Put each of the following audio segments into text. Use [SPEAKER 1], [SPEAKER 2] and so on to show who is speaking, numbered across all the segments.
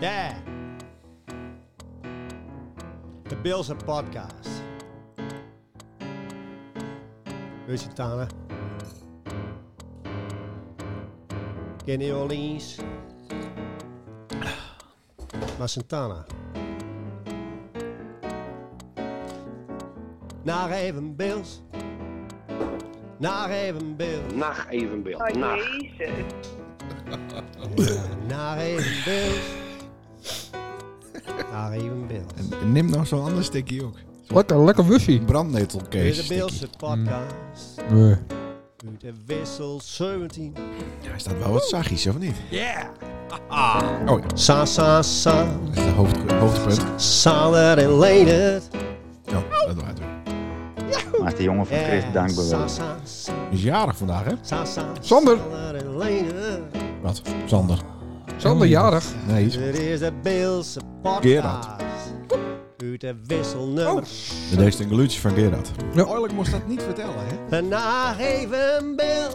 [SPEAKER 1] Yeah. The Bills and Podcast. Lusitana. Kenny Orleans. Maar Santana. Naar even Bills. Naar even Bills.
[SPEAKER 2] Nacht evenbeeld.
[SPEAKER 3] Oh,
[SPEAKER 2] Nacht.
[SPEAKER 3] jezus.
[SPEAKER 1] Naar even Bills. Naar even Bills.
[SPEAKER 4] Neem nou zo'n ander stikkie ook.
[SPEAKER 5] Lekker, lekker wuffie.
[SPEAKER 1] Weer
[SPEAKER 4] Brandnetelkees.
[SPEAKER 1] de Beelse podcast.
[SPEAKER 5] Nee.
[SPEAKER 1] Uit de wissel 17.
[SPEAKER 4] Hij staat wel wat zachtjes, of niet?
[SPEAKER 1] Sa, sa, sa.
[SPEAKER 4] Dat is de hoofd, hoofdpunt.
[SPEAKER 1] Sander en Leendert.
[SPEAKER 4] Ja, dat waren we.
[SPEAKER 6] Maakt de jongen van Chris
[SPEAKER 1] Ja,
[SPEAKER 6] dankbaar
[SPEAKER 1] Sa,
[SPEAKER 6] wel.
[SPEAKER 1] sa, sa,
[SPEAKER 4] Is jarig vandaag, hè?
[SPEAKER 1] sa, sa.
[SPEAKER 5] Sander.
[SPEAKER 1] Sander en Leendert.
[SPEAKER 4] Wat? Sander.
[SPEAKER 5] Sander jarig.
[SPEAKER 4] Nee.
[SPEAKER 1] Dit is de Beelse
[SPEAKER 4] Gerard. Oh.
[SPEAKER 1] podcast. Uit de wissel nummer.
[SPEAKER 4] Dat is een glutje van Gerard.
[SPEAKER 5] Ja.
[SPEAKER 4] Oorlijk moest dat niet vertellen, hè?
[SPEAKER 1] Vandaag even Bill.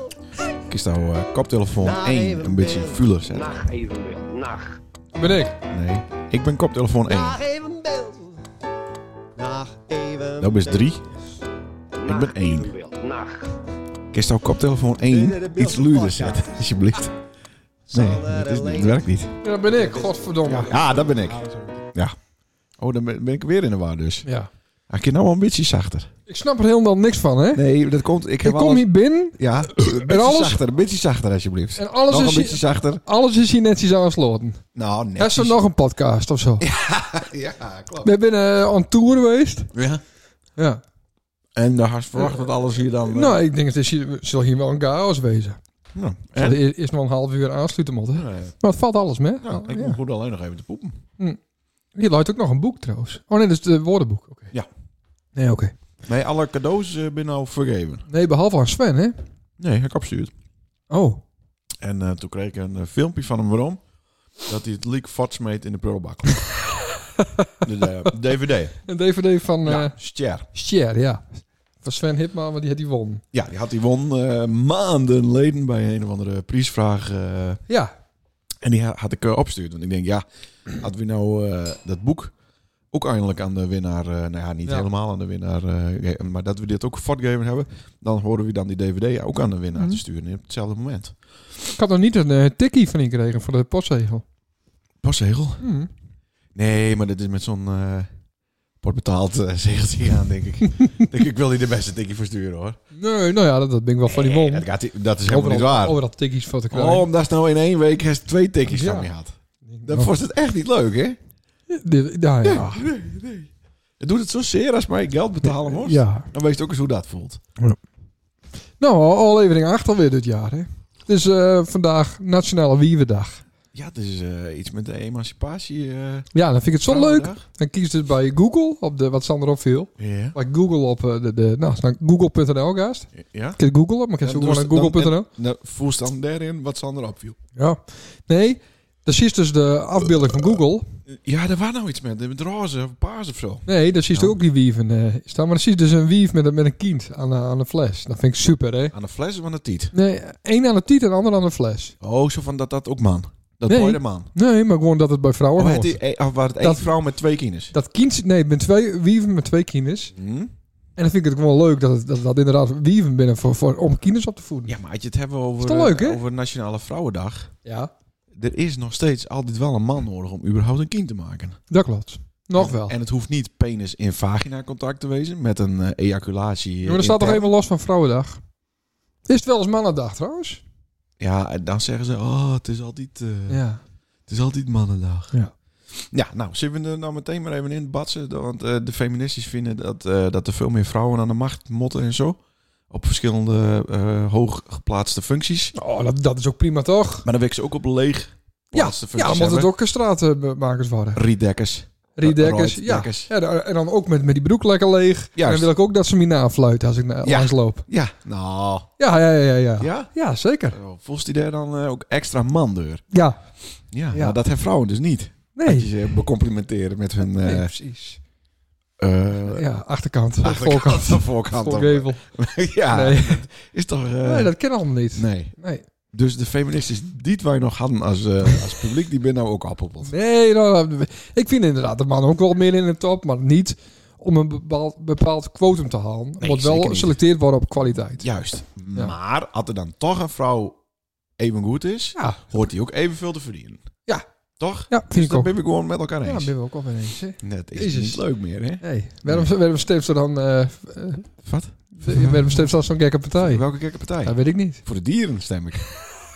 [SPEAKER 4] Ik is nou eh, koptelefoon
[SPEAKER 1] Nou,
[SPEAKER 4] 1
[SPEAKER 1] even
[SPEAKER 4] een beetje
[SPEAKER 1] beeld.
[SPEAKER 4] vuler zetten.
[SPEAKER 2] Nacht evenbeeld. Nacht.
[SPEAKER 5] Ben ik.
[SPEAKER 4] Nee, ik ben koptelefoon 1.
[SPEAKER 1] Dag even Bill. Dag even
[SPEAKER 4] Dat Nou, is
[SPEAKER 1] Bill.
[SPEAKER 4] 3.
[SPEAKER 2] Nacht
[SPEAKER 4] ben één.
[SPEAKER 2] evenbeeld. Nacht.
[SPEAKER 4] Ik is nou koptelefoon
[SPEAKER 1] Dit is de
[SPEAKER 4] 1
[SPEAKER 1] beeld
[SPEAKER 4] iets luider
[SPEAKER 1] podcast.
[SPEAKER 4] zetten, alsjeblieft. Nee,
[SPEAKER 1] Sander
[SPEAKER 4] dat, is,
[SPEAKER 1] en
[SPEAKER 4] dat
[SPEAKER 1] Leendert.
[SPEAKER 4] werkt niet.
[SPEAKER 5] Ja, dat ben ik. Godverdomme. Ja.
[SPEAKER 4] Ah, dat ben ik. Ja. Oh, dan ben ben ik weer in de war dus. Ah, Ik je nou wel een beetje zachter.
[SPEAKER 5] Ik snap er helemaal niks van, hè.
[SPEAKER 4] Nee, dat komt... Ik,
[SPEAKER 5] ik
[SPEAKER 4] heb
[SPEAKER 5] kom
[SPEAKER 4] alles-
[SPEAKER 5] hier binnen
[SPEAKER 4] Ja, een beetje
[SPEAKER 5] alles-
[SPEAKER 4] zachter, een beetje zachter alsjeblieft.
[SPEAKER 5] en alles
[SPEAKER 4] Nog een
[SPEAKER 5] is,
[SPEAKER 4] beetje
[SPEAKER 5] hier,
[SPEAKER 4] zachter.
[SPEAKER 5] alles is hier netjes aansloten.
[SPEAKER 4] Nou,
[SPEAKER 5] Er is
[SPEAKER 4] netjes.
[SPEAKER 5] er nog een podcast of zo.
[SPEAKER 4] Ja, klopt.
[SPEAKER 5] We zijn eh on tour geweest.
[SPEAKER 4] Ja.
[SPEAKER 5] Ja.
[SPEAKER 4] En dan had je verwacht dat alles hier dan... eh,
[SPEAKER 5] Nou, ik denk, het is hier, zal hier wel een chaos wezen.
[SPEAKER 4] nou,
[SPEAKER 5] Ja, er is- is nog een half uur aansluiten moeten.
[SPEAKER 4] eh,
[SPEAKER 5] Maar het valt alles mee.
[SPEAKER 4] nou, ik
[SPEAKER 5] Ja.
[SPEAKER 4] moet goed alleen nog even te poepen.
[SPEAKER 5] Hier luidt ook nog een boek trouwens. Oh nee, dat is het woordenboek. Oké.
[SPEAKER 4] Ja.
[SPEAKER 5] Nee, oké.
[SPEAKER 4] Nee, alle cadeaus eh, ben nou vergeven.
[SPEAKER 5] Nee, behalve aan Sven, hè?
[SPEAKER 4] Nee, heb ik opgestuurd.
[SPEAKER 5] Oh.
[SPEAKER 4] En eh, toen kreeg ik een eh, filmpje van hem waarom. Dat hij het leak fots meet in de prullenbak. de, eh, DVD.
[SPEAKER 5] Een DVD van eh
[SPEAKER 4] ja, Ster.
[SPEAKER 5] Cher, ja. Van Sven Hipman, want die had die won.
[SPEAKER 4] Ja, die had hij won eh, maanden geleden bij een of andere prijsvraag. eh,
[SPEAKER 5] Ja.
[SPEAKER 4] en die ha- had ik eh, opgestuurd. Want ik denk, ja, hadden we nou eh, dat boek ook eindelijk aan de winnaar... eh, nou ja, niet
[SPEAKER 5] Ja.
[SPEAKER 4] helemaal aan de winnaar. eh, ge- maar dat we dit ook fotgegeven hebben. Dan horen we dan die DVD ook aan de winnaar
[SPEAKER 5] Mhm.
[SPEAKER 4] te sturen op hetzelfde moment.
[SPEAKER 5] Ik had nog niet een eh, tikkie van gekregen voor de postzegel.
[SPEAKER 4] Postzegel.
[SPEAKER 5] Hm.
[SPEAKER 4] Nee, maar dit is met zo'n eh wordt betaald eh, zegeltje aan, denk ik. denk ik wil niet de beste tikkie versturen, hoor.
[SPEAKER 5] Nee, nou ja, dat, dat ben ik wel van die won.
[SPEAKER 4] Dat, gaat, dat is helemaal
[SPEAKER 5] overal,
[SPEAKER 4] niet waar.
[SPEAKER 5] overal tikkies voor te krijgen.
[SPEAKER 4] Oh, omdat ze nou in één week heeft twee tikkies
[SPEAKER 5] Ja.
[SPEAKER 4] van je had.
[SPEAKER 5] Dat
[SPEAKER 4] Dan was het echt niet leuk, hè?
[SPEAKER 5] nou, Dit, ja, ja.
[SPEAKER 4] Nee, nee. Het doet het zo zeer als mij geld betalen moest.
[SPEAKER 5] Ja.
[SPEAKER 4] Dan weet je ook eens hoe dat voelt.
[SPEAKER 5] Nou, al- aflevering 8 alweer dit jaar, hè? Het is eh, vandaag Nationale Wievendag.
[SPEAKER 4] Ja, het is eh, iets met de emancipatie. eh,
[SPEAKER 5] Ja, dan vind ik het zo leuk.
[SPEAKER 4] vrouwendag.
[SPEAKER 5] Dan kies dus bij Google, op de, wat Sander opviel.
[SPEAKER 4] Ja.
[SPEAKER 5] Bij Google op eh, de, de nou, als je naar google.nl gaat.
[SPEAKER 4] Ja.
[SPEAKER 5] Ik Google op, maar
[SPEAKER 4] En
[SPEAKER 5] ik heb
[SPEAKER 4] dus
[SPEAKER 5] gewoon naar
[SPEAKER 4] dan-
[SPEAKER 5] google.nl.
[SPEAKER 4] Nou, voelst dan daarin wat Sander opviel.
[SPEAKER 5] Ja. Nee, dan zie je dus de afbeelding van Google.
[SPEAKER 4] Ja, er was nou iets met. Met roze of paars of zo.
[SPEAKER 5] Nee, daar zie je
[SPEAKER 4] Ja.
[SPEAKER 5] ook die wieven eh, staan. Maar dan zie je dus een wief met, een- met een kind aan, de- aan de fles. Dat vind ik super, hè?
[SPEAKER 4] Aan de fles of aan de tiet?
[SPEAKER 5] Nee, één aan de tiet en de ander aan de fles.
[SPEAKER 4] Oh, zo van dat dat ook man. Dat
[SPEAKER 5] Nee.
[SPEAKER 4] nee. de man.
[SPEAKER 5] Nee, maar gewoon dat het bij vrouwen
[SPEAKER 4] Of,
[SPEAKER 5] hoort.
[SPEAKER 4] had die, eh, of was het één
[SPEAKER 5] Dat-
[SPEAKER 4] vrouw met twee kinders?
[SPEAKER 5] Dat kind zit... Nee, met twee wieven met twee kinders.
[SPEAKER 4] Hm?
[SPEAKER 5] En dan vind ik het gewoon leuk dat het, dat, dat inderdaad wieven binnen voor, voor, om kinders op te voeden.
[SPEAKER 4] Ja, maar als je het hebben
[SPEAKER 5] Is
[SPEAKER 4] over,
[SPEAKER 5] toch leuk, hè?
[SPEAKER 4] eh, over Nationale Vrouwendag...
[SPEAKER 5] Ja,
[SPEAKER 4] Er is nog steeds altijd wel een man nodig om überhaupt een kind te maken.
[SPEAKER 5] dat klopt. Nog wel.
[SPEAKER 4] En het hoeft niet penis in vagina contact te wezen met een eh, ejaculatie.
[SPEAKER 5] Ja, maar dat staat toch
[SPEAKER 4] intern.
[SPEAKER 5] even los van Vrouwendag? Is het wel eens Mannendag trouwens?
[SPEAKER 4] Ja, en dan zeggen ze, oh, het is altijd, eh,
[SPEAKER 5] Ja.
[SPEAKER 4] het is altijd mannendag.
[SPEAKER 5] Ja.
[SPEAKER 4] Ja, nou, zullen we er nou meteen maar even in batsen? Want eh, de feministisch vinden dat, eh, dat er veel meer vrouwen aan de macht motten en zo. Op verschillende eh hooggeplaatste functies.
[SPEAKER 5] Oh, dat, dat is ook prima toch?
[SPEAKER 4] Maar dan werken ze ook op leeg
[SPEAKER 5] Ja,
[SPEAKER 4] plaatsen
[SPEAKER 5] ja dan moet het ook straatmakers worden.
[SPEAKER 4] Riedekkers.
[SPEAKER 5] Riedekkers, ja.
[SPEAKER 4] Riedekkers.
[SPEAKER 5] Ja, da- en dan ook met, met die broek lekker leeg. En dan
[SPEAKER 4] Juist.
[SPEAKER 5] wil ik ook dat ze me nafluiten als ik naar
[SPEAKER 4] Ja.
[SPEAKER 5] langs loop.
[SPEAKER 4] Ja, nou.
[SPEAKER 5] Ja, ja, ja, ja. Ja,
[SPEAKER 4] Ja?
[SPEAKER 5] ja zeker.
[SPEAKER 4] Oh, Voelt hij daar dan eh, ook extra mandeur?
[SPEAKER 5] Ja,
[SPEAKER 4] Ja,
[SPEAKER 5] Ja.
[SPEAKER 4] Nou, dat hebben vrouwen dus niet. Dat je
[SPEAKER 5] nee.
[SPEAKER 4] ze becomplimenteren met hun... eh
[SPEAKER 5] Nee, precies.
[SPEAKER 4] eh,
[SPEAKER 5] Ja, achterkant,
[SPEAKER 4] achterkant,
[SPEAKER 5] voorkant,
[SPEAKER 4] voorkant.
[SPEAKER 5] voorgevel.
[SPEAKER 4] ja,
[SPEAKER 5] Nee.
[SPEAKER 4] is toch... eh,
[SPEAKER 5] nee, dat ken allemaal niet.
[SPEAKER 4] nee.
[SPEAKER 5] Nee.
[SPEAKER 4] Dus de feministes die wij nog hadden als, eh, als publiek, die ben nou ook appelbot.
[SPEAKER 5] Nee, nou, nou, ik vind inderdaad de mannen ook wel meer in de top, maar niet om een bepaald, bepaald quotum te halen.
[SPEAKER 4] Nee,
[SPEAKER 5] moet wel
[SPEAKER 4] zeker niet.
[SPEAKER 5] geselecteerd worden op kwaliteit.
[SPEAKER 4] Juist.
[SPEAKER 5] Ja.
[SPEAKER 4] Maar als er dan toch een vrouw even goed is,
[SPEAKER 5] Ja,
[SPEAKER 4] hoort die ook evenveel te verdienen.
[SPEAKER 5] Ja.
[SPEAKER 4] Toch?
[SPEAKER 5] ja
[SPEAKER 4] Dus
[SPEAKER 5] vind ik
[SPEAKER 4] dat
[SPEAKER 5] ook.
[SPEAKER 4] ben ik gewoon met elkaar
[SPEAKER 5] Ja, daar
[SPEAKER 4] eens.
[SPEAKER 5] ben ik ook wel mee eens. hè.
[SPEAKER 4] Net is
[SPEAKER 5] Jezus.
[SPEAKER 4] niet leuk meer, hè?
[SPEAKER 5] Hey, waarom, waarom stemt ze dan, eh, eh,
[SPEAKER 4] Wat?
[SPEAKER 5] waarom stemt ze dan zo'n gekke partij?
[SPEAKER 4] Welke gekke partij?
[SPEAKER 5] Dat weet ik niet.
[SPEAKER 4] Voor de dieren stem ik.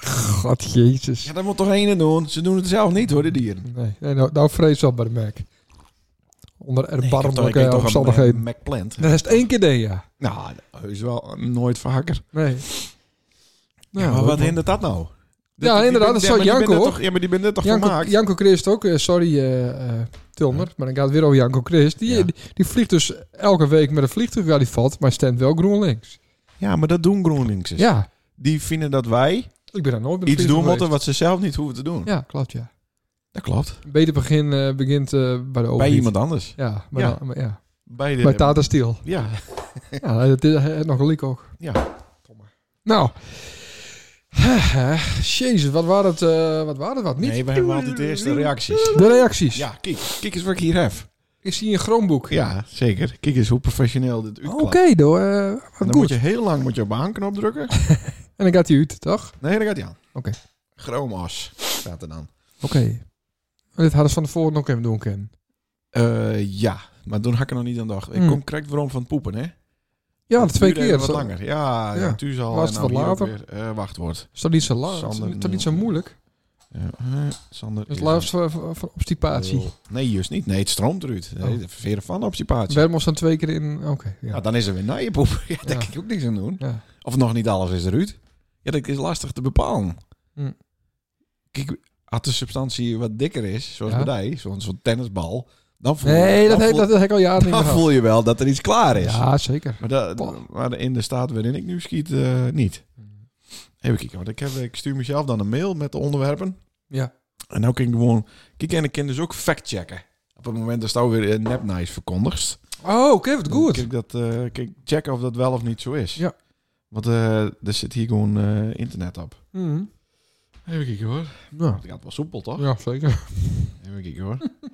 [SPEAKER 5] God, jezus.
[SPEAKER 4] Ja, dat moet toch één doen? Ze doen het zelf niet hoor, de dieren.
[SPEAKER 5] Nee, nee nou, nou vrees wel bij de Mac. Onder erbarmelijke omstandigheden.
[SPEAKER 4] McPlant.
[SPEAKER 5] Dat is het één keer deed, ja.
[SPEAKER 4] eh, Nou, dat is wel nooit vaker.
[SPEAKER 5] Nee.
[SPEAKER 4] Ja, maar wat
[SPEAKER 5] hoor.
[SPEAKER 4] hindert dat nou?
[SPEAKER 5] Ja, inderdaad, dat
[SPEAKER 4] is
[SPEAKER 5] zou Janko, hoor.
[SPEAKER 4] Ja, maar die ben net toch
[SPEAKER 5] Janko,
[SPEAKER 4] gemaakt?
[SPEAKER 5] Janko Christ ook. eh, sorry, eh, eh, Tilmer. Maar dan gaat het weer over Janko Christ. Die,
[SPEAKER 4] Ja.
[SPEAKER 5] die, die vliegt dus elke week met een vliegtuig waar die valt. Maar stemt wel GroenLinks.
[SPEAKER 4] Ja, maar dat doen GroenLinksers.
[SPEAKER 5] Ja.
[SPEAKER 4] Die vinden dat wij
[SPEAKER 5] Ik ben daar nooit met een
[SPEAKER 4] iets doen
[SPEAKER 5] vliegtuig
[SPEAKER 4] moeten
[SPEAKER 5] geweest.
[SPEAKER 4] wat ze zelf niet hoeven te doen.
[SPEAKER 5] Ja, klopt, ja.
[SPEAKER 4] Dat klopt.
[SPEAKER 5] Een beter begin eh, begint eh, bij de overheid.
[SPEAKER 4] Bij iemand anders.
[SPEAKER 5] Ja, maar
[SPEAKER 4] Ja.
[SPEAKER 5] dan- maar ja.
[SPEAKER 4] Bij, de,
[SPEAKER 5] bij Tata Steel.
[SPEAKER 4] Ja,
[SPEAKER 5] Ja, dat is eh, nog een leak ook.
[SPEAKER 4] Ja.
[SPEAKER 5] Nou. Jezus, wat waren het, eh, wat waren het, wat niet?
[SPEAKER 4] nee, we hebben altijd de eerste reacties.
[SPEAKER 5] De reacties.
[SPEAKER 4] Ja, kijk, kijk eens wat ik hier heb.
[SPEAKER 5] Ik zie een groenboek.
[SPEAKER 4] Ja, zeker. Kijk eens hoe professioneel dit
[SPEAKER 5] Ah, Oké,
[SPEAKER 4] uitklapt.
[SPEAKER 5] door. eh, wat
[SPEAKER 4] Dan
[SPEAKER 5] goed.
[SPEAKER 4] moet je heel lang moet je op aanknop drukken.
[SPEAKER 5] En dan gaat hij uit, toch?
[SPEAKER 4] Nee, daar gaat hij aan.
[SPEAKER 5] Oké.
[SPEAKER 4] Chromas staat er dan.
[SPEAKER 5] Oké. En dit hadden ze van tevoren nog even doen kunnen.
[SPEAKER 4] Eh, ja, maar toen had ik er nog niet aan dacht. Ik
[SPEAKER 5] Hmm.
[SPEAKER 4] kom correct waarom van het poepen, hè?
[SPEAKER 5] Ja,
[SPEAKER 4] Het
[SPEAKER 5] dat twee
[SPEAKER 4] duurde
[SPEAKER 5] keer.
[SPEAKER 4] even
[SPEAKER 5] Dat
[SPEAKER 4] Wat langer. Ja,
[SPEAKER 5] Ja.
[SPEAKER 4] ja. tu zal
[SPEAKER 5] Was
[SPEAKER 4] en
[SPEAKER 5] het
[SPEAKER 4] nou
[SPEAKER 5] wat
[SPEAKER 4] hier ook
[SPEAKER 5] later?
[SPEAKER 4] weer eh, wachtwoord.
[SPEAKER 5] is toch niet zo lang?
[SPEAKER 4] Sander
[SPEAKER 5] Het is toch niet zo
[SPEAKER 4] Nielsen.
[SPEAKER 5] moeilijk?
[SPEAKER 4] Ja, eh, Sander.
[SPEAKER 5] Het
[SPEAKER 4] is
[SPEAKER 5] laatst voor, voor, voor obstipatie.
[SPEAKER 4] een- Oh. Nee, juist niet. Nee, het stroomt eruit. Nee,
[SPEAKER 5] Oh.
[SPEAKER 4] de veren van obstipatie.
[SPEAKER 5] Werm ons dan twee keer in... Oké, ja.
[SPEAKER 4] Ja, dan is er weer naar je poep. Ja, daar
[SPEAKER 5] Ja.
[SPEAKER 4] kan ik ook niks aan doen.
[SPEAKER 5] Ja.
[SPEAKER 4] Of nog niet alles is eruit. Ja, dat is lastig te bepalen.
[SPEAKER 5] Hmm.
[SPEAKER 4] Kijk, als de substantie wat dikker is, zoals
[SPEAKER 5] Ja.
[SPEAKER 4] bij die, zo'n zo'n tennisbal, dan voel,
[SPEAKER 5] Nee, dat,
[SPEAKER 4] dan
[SPEAKER 5] heb,
[SPEAKER 4] voel,
[SPEAKER 5] dat heb ik al jaren niet
[SPEAKER 4] dan
[SPEAKER 5] meer gehad.
[SPEAKER 4] voel je wel dat er iets klaar is.
[SPEAKER 5] Ja, zeker.
[SPEAKER 4] Maar, dat,
[SPEAKER 5] Boah.
[SPEAKER 4] maar in de staat waarin ik nu schiet, eh, niet. Even kijken, want ik, heb, ik stuur mezelf dan een mail met de onderwerpen.
[SPEAKER 5] Ja.
[SPEAKER 4] En nou kan ik gewoon... Kijk, en ik kan dus ook fact-checken. Op het eh, moment dat je weer een nepnice verkondigst.
[SPEAKER 5] Oh, oké, wat
[SPEAKER 4] Dan
[SPEAKER 5] goed.
[SPEAKER 4] Kijk, dat, eh, kijk, checken of dat wel of niet zo is.
[SPEAKER 5] Ja.
[SPEAKER 4] Want eh, er zit hier gewoon eh, internet op.
[SPEAKER 5] Mhm.
[SPEAKER 4] Even kijken hoor.
[SPEAKER 5] Ja.
[SPEAKER 4] Het gaat wel soepel, toch?
[SPEAKER 5] ja, zeker.
[SPEAKER 4] Even kijken hoor.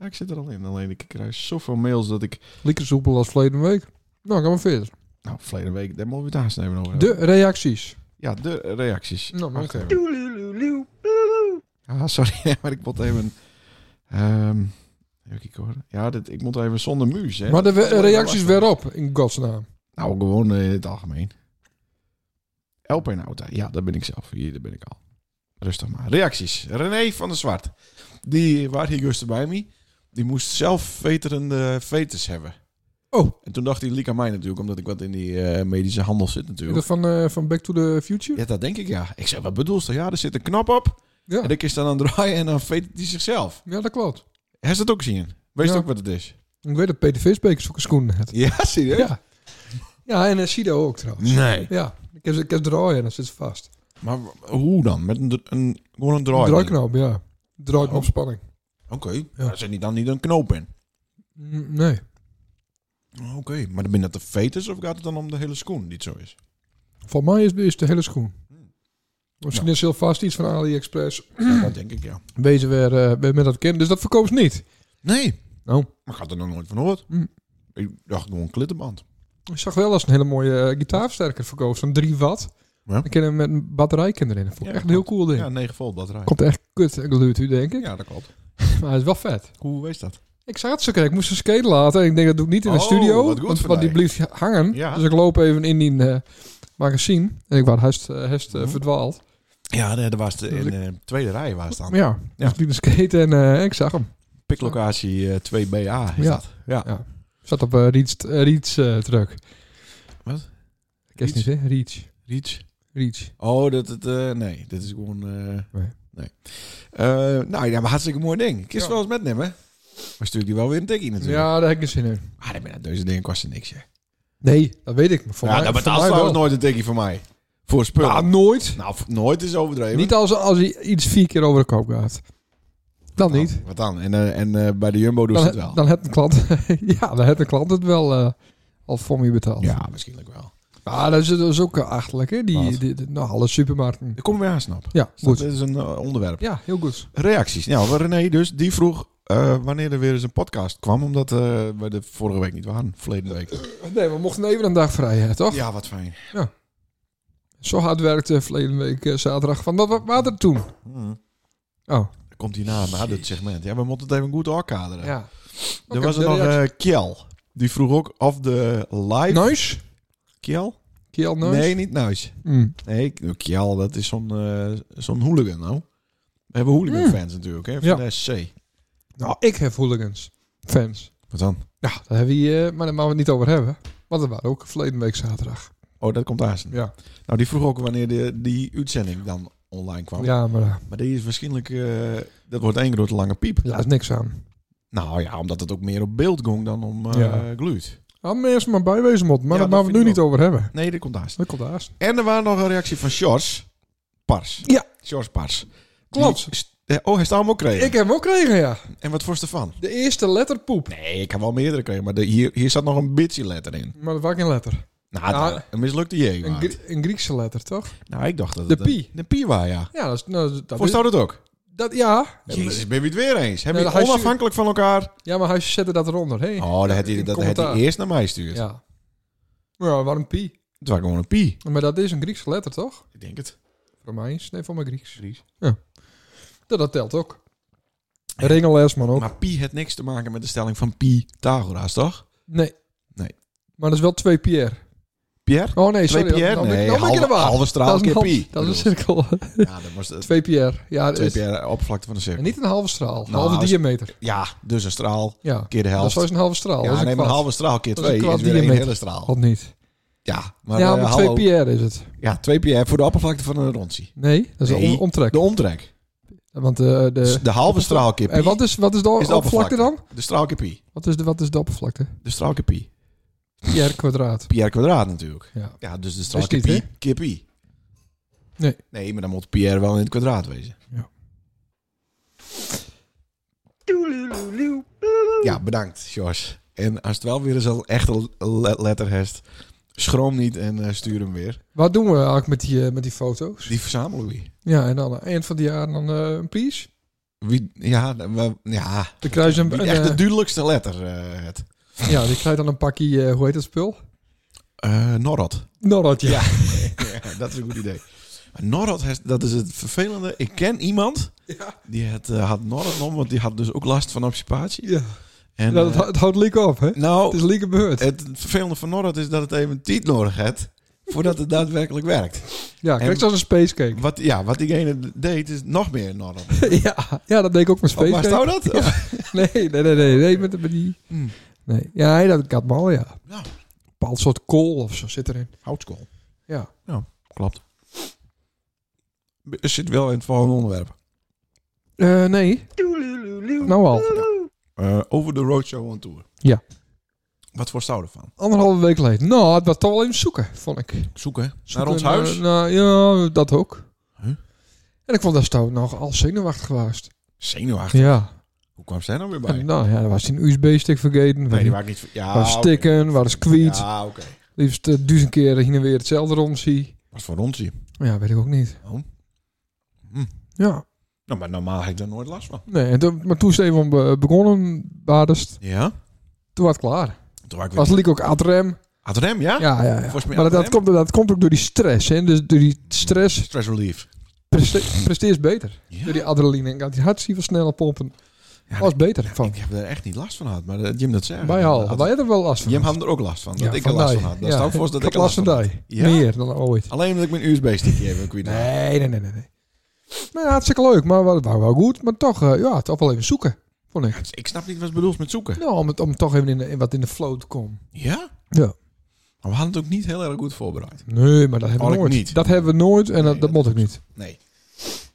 [SPEAKER 4] Ah, ik zit er al in. Alleen ik krijg zoveel mails dat ik...
[SPEAKER 5] Lekker soepel als verleden week. Nou, gaan we verder.
[SPEAKER 4] Nou, verleden week, daar moeten we het haast even over hebben.
[SPEAKER 5] De reacties.
[SPEAKER 4] Ja, de reacties.
[SPEAKER 5] Nou, maar
[SPEAKER 4] Wacht
[SPEAKER 5] oké.
[SPEAKER 4] even. Ah, sorry, maar ik moet even... Ehm even kijken hoor. Ja, dit, ik moet even zonder muus, hè.
[SPEAKER 5] Maar de
[SPEAKER 4] Dat is
[SPEAKER 5] we-
[SPEAKER 4] wel
[SPEAKER 5] reacties
[SPEAKER 4] lastig.
[SPEAKER 5] weer op, in godsnaam.
[SPEAKER 4] Nou, gewoon eh, in het algemeen. LP Nauta. Ja, daar ben ik zelf. Hier, daar ben ik al. Rustig maar. Reacties. René van der Zwart. Die waar hier juist bij me. Die moest zelf veterende vetes hebben.
[SPEAKER 5] Oh.
[SPEAKER 4] En toen dacht hij, liek aan mij natuurlijk, omdat ik wat in die eh, medische handel zit
[SPEAKER 5] Is
[SPEAKER 4] natuurlijk.
[SPEAKER 5] dat van, eh, van Back to the Future?
[SPEAKER 4] Ja, dat denk ik ja. Ik zei, wat bedoelst je? Ja, er zit een knop op.
[SPEAKER 5] Ja.
[SPEAKER 4] En ik is dan aan het draaien en dan vetert hij zichzelf.
[SPEAKER 5] Ja, dat klopt.
[SPEAKER 4] Hij dat ook zien. Weet je
[SPEAKER 5] Ja.
[SPEAKER 4] ook wat het is?
[SPEAKER 5] Ik weet dat Peter Visbeek zulke schoenen had.
[SPEAKER 4] Ja, serieus?
[SPEAKER 5] Ja. Ja, en eh, Sido ook trouwens.
[SPEAKER 4] Nee.
[SPEAKER 5] Ja, ik heb, ik heb draaien en dan zit ze vast.
[SPEAKER 4] Maar w- hoe dan? Met een, dr- een, gewoon een draai. Oh.
[SPEAKER 5] Draaiknop, ja. Draaiknop spanning.
[SPEAKER 4] Oké, daar zit niet- dan niet een knoop in.
[SPEAKER 5] Mm, Nee.
[SPEAKER 4] Oké, maar dan ben je dat de fetus of gaat het dan om de hele schoen die het zo is?
[SPEAKER 5] Voor mij is, is de hele schoen.
[SPEAKER 4] Hmm.
[SPEAKER 5] Misschien is heel vast iets van AliExpress.
[SPEAKER 4] Ja, dat denk ik ja.
[SPEAKER 5] Wezen weer eh, weer met dat kind. Dus dat verkoopt ze niet.
[SPEAKER 4] Nee,
[SPEAKER 5] Nou,
[SPEAKER 4] maar ik had er nog nooit van gehoord.
[SPEAKER 5] Hm.
[SPEAKER 4] Ik dacht gewoon klittenband.
[SPEAKER 5] ik zag wel als een hele mooie eh, gitaarversterker verkoopt. Zo'n 3 watt.
[SPEAKER 4] Ja.
[SPEAKER 5] Dan kan je hem met een batterij kunnen erin. Vond ik
[SPEAKER 4] Ja,
[SPEAKER 5] echt een heel
[SPEAKER 4] klopt.
[SPEAKER 5] cool ding.
[SPEAKER 4] Ja, 9 volt batterij.
[SPEAKER 5] Komt echt kut geluid u, denk ik.
[SPEAKER 4] Ja, dat klopt.
[SPEAKER 5] Maar het is wel vet.
[SPEAKER 4] Hoe wees dat?
[SPEAKER 5] Ik zag het zo kreeg. Ik moest ze skaten laten. En ik denk, dat doe ik niet in de
[SPEAKER 4] Oh,
[SPEAKER 5] studio.
[SPEAKER 4] wat goed
[SPEAKER 5] want,
[SPEAKER 4] voor
[SPEAKER 5] want die
[SPEAKER 4] mij.
[SPEAKER 5] bleef hangen.
[SPEAKER 4] Ja.
[SPEAKER 5] Dus ik loop even in die eh, magazine. En ik was hest, eh, hest eh,
[SPEAKER 4] Mhm.
[SPEAKER 5] verdwaald.
[SPEAKER 4] Ja, daar daar was de,
[SPEAKER 5] Dus
[SPEAKER 4] in de tweede rij was dan.
[SPEAKER 5] Maar ja,
[SPEAKER 4] Ja.
[SPEAKER 5] dus ik liep te skaten en eh, ik zag hem.
[SPEAKER 4] Piklocatie eh, 2BA is
[SPEAKER 5] Ja.
[SPEAKER 4] dat. Ja.
[SPEAKER 5] Zat op eh Reach, eh, reach eh, truck.
[SPEAKER 4] Wat?
[SPEAKER 5] Ik is niet, hè? Reach.
[SPEAKER 4] Reach.
[SPEAKER 5] Reach.
[SPEAKER 4] Oh, dat het... eh, nee, dit is gewoon... eh,
[SPEAKER 5] Nee.
[SPEAKER 4] nee. Eh, nou ja, maar hartstikke mooi ding. Ik is
[SPEAKER 5] Ja.
[SPEAKER 4] wel eens metnemen. Maar stuur ik die wel weer een tikkie natuurlijk.
[SPEAKER 5] Ja, daar heb ik geen zin in.
[SPEAKER 4] Ah, dan ben je- deze dingen kosten niks, hè.
[SPEAKER 5] Nee, dat weet ik. Maar Voor
[SPEAKER 4] ja,
[SPEAKER 5] mij,
[SPEAKER 4] dat betaalt
[SPEAKER 5] voor mij
[SPEAKER 4] trouwens
[SPEAKER 5] wel.
[SPEAKER 4] nooit een tikkie van mij. Voor spullen.
[SPEAKER 5] Ja, nooit.
[SPEAKER 4] nou, v- nooit is overdreven.
[SPEAKER 5] Niet als, als hij iets vier keer over de koop gaat. Dan niet.
[SPEAKER 4] Oh, wat dan? En, eh, en eh, bij de Jumbo doen ze het wel.
[SPEAKER 5] Dan heeft een klant, ja, dan heeft een klant het wel eh, al voor me betaald.
[SPEAKER 4] ja, waarschijnlijk wel.
[SPEAKER 5] Ah, dat is, dat is ook eh, achterlijk, hè? Die,
[SPEAKER 4] Wat?
[SPEAKER 5] die, die- nou, alle supermarkten.
[SPEAKER 4] Ik kom weer aan, snap.
[SPEAKER 5] Ja,
[SPEAKER 4] Dus dat
[SPEAKER 5] goed.
[SPEAKER 4] is een eh, onderwerp.
[SPEAKER 5] Ja, heel goed.
[SPEAKER 4] Reacties. Nou, René dus, die vroeg eh, wanneer er weer eens een podcast kwam. Omdat eh, we de vorige week niet waren. Verleden week.
[SPEAKER 5] Nee, we mochten even een dag vrij hebben, toch?
[SPEAKER 4] Ja, wat fijn.
[SPEAKER 5] Zo hard werkte verleden week eh, zaterdag. Van wat, wat waren er toen?
[SPEAKER 4] Hm.
[SPEAKER 5] Oh,
[SPEAKER 4] Komt hierna, na Nou, dit segment. Ja, we moeten het even goed afkaderen.
[SPEAKER 5] ja.
[SPEAKER 4] Er was er nog eh Kjell. Die vroeg ook of de live...
[SPEAKER 5] Neus?
[SPEAKER 4] Kjell?
[SPEAKER 5] Kiel Neus?
[SPEAKER 4] Nee, niet Nuis.
[SPEAKER 5] Mm.
[SPEAKER 4] Nee, ik- nou, Kjell, dat is zo'n eh, zo'n hooligan nou. We hebben hooligan-fans natuurlijk, hè, van
[SPEAKER 5] Hmm. Ja.
[SPEAKER 4] de SC.
[SPEAKER 5] Nou, ik heb hooligans. Fans.
[SPEAKER 4] Wat dan?
[SPEAKER 5] Ja, dat hebben we, hier, eh, maar daar mogen we het niet over hebben. Want dat waren ook verleden week zaterdag.
[SPEAKER 4] Oh, dat komt aan.
[SPEAKER 5] Ja,
[SPEAKER 4] Nou, die vroeg ook wanneer de, die uitzending dan online kwam.
[SPEAKER 5] ja maar eh,
[SPEAKER 4] Maar die is waarschijnlijk... eh, dat wordt één grote lange piep.
[SPEAKER 5] daar is niks aan.
[SPEAKER 4] Nou ja, omdat het ook meer op beeld ging dan om eh
[SPEAKER 5] Ja.
[SPEAKER 4] geluid.
[SPEAKER 5] Hadden we eerst maar bijwezen moeten, maar
[SPEAKER 4] Ja,
[SPEAKER 5] daar
[SPEAKER 4] dat
[SPEAKER 5] mogen we het nu
[SPEAKER 4] vind
[SPEAKER 5] niet
[SPEAKER 4] ik
[SPEAKER 5] over hebben.
[SPEAKER 4] Nee, dat komt aan.
[SPEAKER 5] Dat komt haast.
[SPEAKER 4] En er waren nog een reactie van Sjors Pars.
[SPEAKER 5] Ja.
[SPEAKER 4] Sjors Pars.
[SPEAKER 5] Klopt.
[SPEAKER 4] Die is- eh, oh, hij staat hem ook kregen.
[SPEAKER 5] Ik heb hem ook gekregen, ja.
[SPEAKER 4] En wat vond je ervan?
[SPEAKER 5] De eerste letterpoep.
[SPEAKER 4] Nee, ik heb wel meerdere gekregen, maar de, hier, hier zat nog een bitchy letter in.
[SPEAKER 5] Maar dat was geen letter.
[SPEAKER 4] Nou,
[SPEAKER 5] Nou,
[SPEAKER 4] dat- een mislukte J.
[SPEAKER 5] Een,
[SPEAKER 4] waard.
[SPEAKER 5] Grie- een Griekse letter, toch?
[SPEAKER 4] Nou, ik dacht dat
[SPEAKER 5] De
[SPEAKER 4] het een-
[SPEAKER 5] Pi.
[SPEAKER 4] De Pi was, ja.
[SPEAKER 5] Ja, dat is... Nou, dat,
[SPEAKER 4] Voorstel dat ook?
[SPEAKER 5] dat, ja.
[SPEAKER 4] Jezus, ben je het weer eens? Heb
[SPEAKER 5] Nee,
[SPEAKER 4] je
[SPEAKER 5] dan ga je
[SPEAKER 4] onafhankelijk van elkaar...
[SPEAKER 5] ja, maar hij zette dat eronder. Hey.
[SPEAKER 4] Oh, dat had hij,
[SPEAKER 5] Een
[SPEAKER 4] dat had hij
[SPEAKER 5] commentaar.
[SPEAKER 4] eerst naar mij gestuurd.
[SPEAKER 5] Ja. Ja, waarom pi?
[SPEAKER 4] Het was gewoon een Pi.
[SPEAKER 5] Maar dat is een Griekse letter, toch?
[SPEAKER 4] Ik denk het.
[SPEAKER 5] Romeins. Nee, voor mij Grieks.
[SPEAKER 4] Grieks.
[SPEAKER 5] Ja. Dat, dat telt ook. Ringelesman ook.
[SPEAKER 4] Maar Pi had niks te maken met de stelling van Pythagoras, toch?
[SPEAKER 5] Nee.
[SPEAKER 4] Nee.
[SPEAKER 5] Maar dat is wel twee Pierre.
[SPEAKER 4] Pierre?
[SPEAKER 5] Oh nee,
[SPEAKER 4] Twee
[SPEAKER 5] sorry.
[SPEAKER 4] Pierre?
[SPEAKER 5] dan, dan,
[SPEAKER 4] nee,
[SPEAKER 5] dan ben ik
[SPEAKER 4] halve,
[SPEAKER 5] er waar.
[SPEAKER 4] halve straal
[SPEAKER 5] dat is
[SPEAKER 4] keer
[SPEAKER 5] een,
[SPEAKER 4] Pi.
[SPEAKER 5] half- dat is een
[SPEAKER 4] Bedoel,
[SPEAKER 5] cirkel.
[SPEAKER 4] Ja, dat was de
[SPEAKER 5] twee Pierre. Ja,
[SPEAKER 4] twee
[SPEAKER 5] is-
[SPEAKER 4] Pierre oppervlakte van de cirkel.
[SPEAKER 5] En niet een halve straal. Een
[SPEAKER 4] Nou,
[SPEAKER 5] halve
[SPEAKER 4] als-
[SPEAKER 5] diameter.
[SPEAKER 4] Ja, dus een straal
[SPEAKER 5] Ja.
[SPEAKER 4] keer de
[SPEAKER 5] Dat
[SPEAKER 4] helft.
[SPEAKER 5] is wel eens een halve straal. dat
[SPEAKER 4] ja,
[SPEAKER 5] is
[SPEAKER 4] neem een
[SPEAKER 5] kwart.
[SPEAKER 4] halve straal keer
[SPEAKER 5] Dat is een
[SPEAKER 4] twee is,
[SPEAKER 5] kwart
[SPEAKER 4] weer een
[SPEAKER 5] diameter.
[SPEAKER 4] hele straal.
[SPEAKER 5] Wat niet.
[SPEAKER 4] Ja, maar,
[SPEAKER 5] ja,
[SPEAKER 4] eh,
[SPEAKER 5] maar
[SPEAKER 4] hallo.
[SPEAKER 5] twee Pierre is het.
[SPEAKER 4] Ja, twee Pierre voor de oppervlakte van een rondje.
[SPEAKER 5] Nee, dat is
[SPEAKER 4] Nee,
[SPEAKER 5] een om- omtrek.
[SPEAKER 4] De omtrek.
[SPEAKER 5] Want eh,
[SPEAKER 4] Dus
[SPEAKER 5] de...
[SPEAKER 4] de halve straal keer pi
[SPEAKER 5] En wat is, wat is de
[SPEAKER 4] is de
[SPEAKER 5] oppervlakte dan?
[SPEAKER 4] De straal keer pi.
[SPEAKER 5] Wat is de, wat is de oppervlakte?
[SPEAKER 4] De straal keer pi.
[SPEAKER 5] Pierre kwadraat.
[SPEAKER 4] Pierre kwadraat natuurlijk.
[SPEAKER 5] Ja.
[SPEAKER 4] Ja, dus de straal
[SPEAKER 5] Is
[SPEAKER 4] keer
[SPEAKER 5] dit,
[SPEAKER 4] pi keer pi.
[SPEAKER 5] Nee.
[SPEAKER 4] Nee, maar dan moet Pierre wel in het kwadraat wezen.
[SPEAKER 5] Ja.
[SPEAKER 4] Ja, bedankt, George. En als het wel weer eens een echte le- letter heeft, schroom niet en eh, stuur hem weer.
[SPEAKER 5] Wat doen we eigenlijk met die, eh, met die foto's?
[SPEAKER 4] Die verzamelen we.
[SPEAKER 5] Ja, en dan aan het eind van het jaar dan eh, een prijs.
[SPEAKER 4] Wie, ja, we, ja,
[SPEAKER 5] Dan krijg je een,
[SPEAKER 4] wie
[SPEAKER 5] een,
[SPEAKER 4] echt de
[SPEAKER 5] eh,
[SPEAKER 4] duidelijkste letter eh, het.
[SPEAKER 5] ja, die krijgt dan een pakje, eh, hoe heet dat spul?
[SPEAKER 4] Eh, Norrod.
[SPEAKER 5] Norratje.
[SPEAKER 4] Ja.
[SPEAKER 5] Ja.
[SPEAKER 4] Ja, dat is een goed idee. Maar Norrod, heeft- dat is het vervelende. Ik ken iemand,
[SPEAKER 5] Ja.
[SPEAKER 4] die het, eh, had Norrod om, want die had dus ook last van obstipatie. En,
[SPEAKER 5] Nou, Dat, het,
[SPEAKER 4] eh,
[SPEAKER 5] hou- het houdt leak op, hè? Het
[SPEAKER 4] nou,
[SPEAKER 5] is leak beurt.
[SPEAKER 4] het vervelende van Norrod is dat het even een tijd nodig heeft, voordat het daadwerkelijk werkt.
[SPEAKER 5] Ja, krijg zoals een spacecake.
[SPEAKER 4] Wat, ja, wat diegene deed, is nog meer Norrod.
[SPEAKER 5] ja, ja, dat deed ik ook met
[SPEAKER 4] Oh, maar
[SPEAKER 5] spacecake.
[SPEAKER 4] zou dat? Of-
[SPEAKER 5] Nee, nee, nee, nee, nee met, met die...
[SPEAKER 4] Hmm.
[SPEAKER 5] Nee. Ja, nee, dat kan wel, ja.
[SPEAKER 4] Ja.
[SPEAKER 5] Een bepaald soort kool of zo zit erin.
[SPEAKER 4] Houtskool.
[SPEAKER 5] Ja.
[SPEAKER 4] Klopt. Het zit wel in het volgende onderwerp.
[SPEAKER 5] Eh, nee. Nou al.
[SPEAKER 4] Eh, over de Roadshow on Tour.
[SPEAKER 5] Ja.
[SPEAKER 4] Wat voor zou ervan?
[SPEAKER 5] Anderhalve week geleden. Nou, het was toch wel even zoeken, vond ik.
[SPEAKER 4] Zoeken naar
[SPEAKER 5] Zoeken,
[SPEAKER 4] ons huis.
[SPEAKER 5] eh, nou, ja, dat ook.
[SPEAKER 4] Huh?
[SPEAKER 5] En ik vond dat Stout nog al zenuwachtig was.
[SPEAKER 4] Zenuwachtig.
[SPEAKER 5] Ja.
[SPEAKER 4] Hoe kwam zij nou weer bij?
[SPEAKER 5] En, nou ja, dan was hij een USB-stick vergeten.
[SPEAKER 4] Nee,
[SPEAKER 5] Nee,
[SPEAKER 4] die
[SPEAKER 5] waar
[SPEAKER 4] maakt niet... Ja,
[SPEAKER 5] was
[SPEAKER 4] oké.
[SPEAKER 5] stikken, waar is kwiet.
[SPEAKER 4] Ja, oké.
[SPEAKER 5] Liefst eh, duizend keer heen en weer hetzelfde rondzie.
[SPEAKER 4] Was voor ons hier.
[SPEAKER 5] Ja, weet ik ook niet.
[SPEAKER 4] Oh. Hm.
[SPEAKER 5] Ja.
[SPEAKER 4] Nou, maar normaal heb ik daar nooit last van.
[SPEAKER 5] Nee, en toen, maar toen Stefan be- eh, begonnen, badest,
[SPEAKER 4] Ja?
[SPEAKER 5] toen was het klaar.
[SPEAKER 4] Toen was ik
[SPEAKER 5] Was
[SPEAKER 4] weer...
[SPEAKER 5] Liek ook ad rem.
[SPEAKER 4] Had rem, ja?
[SPEAKER 5] Ja, ja, ja.
[SPEAKER 4] Volgens mij
[SPEAKER 5] Maar dat,
[SPEAKER 4] ad
[SPEAKER 5] dat,
[SPEAKER 4] rem.
[SPEAKER 5] komt, dat komt ook door die stress. Hè? Dus door die stress
[SPEAKER 4] Stress relief.
[SPEAKER 5] preste- presteert beter.
[SPEAKER 4] Ja?
[SPEAKER 5] Door die adrenaline. En gaat die hartstikke sneller pompen.
[SPEAKER 4] Ja,
[SPEAKER 5] was beter van.
[SPEAKER 4] Ik heb er echt niet last van gehad, maar dat Jim dat zei.
[SPEAKER 5] Wij al. Wij hadden wel last van.
[SPEAKER 4] Jim had er ook last van, dat
[SPEAKER 5] Ja,
[SPEAKER 4] ik er last
[SPEAKER 5] die.
[SPEAKER 4] van had. Dat
[SPEAKER 5] Ja.
[SPEAKER 4] staat voor dat ik,
[SPEAKER 5] had
[SPEAKER 4] er
[SPEAKER 5] last van
[SPEAKER 4] had.
[SPEAKER 5] die.
[SPEAKER 4] Ja?
[SPEAKER 5] Meer dan ooit.
[SPEAKER 4] Alleen omdat ik mijn USB-stickje even kwijt was.
[SPEAKER 5] Nee, nee, nee, nee. nee. Maar ja, hartstikke leuk. Maar het was wel goed. Maar toch, eh, ja, toch wel even zoeken. Vond ik.
[SPEAKER 4] dus Ik snap niet wat ze bedoelt met zoeken.
[SPEAKER 5] Nou, om, het, om toch even in, de- in wat in de flow te komen.
[SPEAKER 4] Ja?
[SPEAKER 5] Ja.
[SPEAKER 4] Maar we hadden het ook niet heel erg goed voorbereid.
[SPEAKER 5] Nee, maar dat hebben
[SPEAKER 4] Had
[SPEAKER 5] we
[SPEAKER 4] ik
[SPEAKER 5] nooit.
[SPEAKER 4] niet.
[SPEAKER 5] Dat hebben we nooit en dat,
[SPEAKER 4] dat
[SPEAKER 5] dat moet ik niet.
[SPEAKER 4] Nee.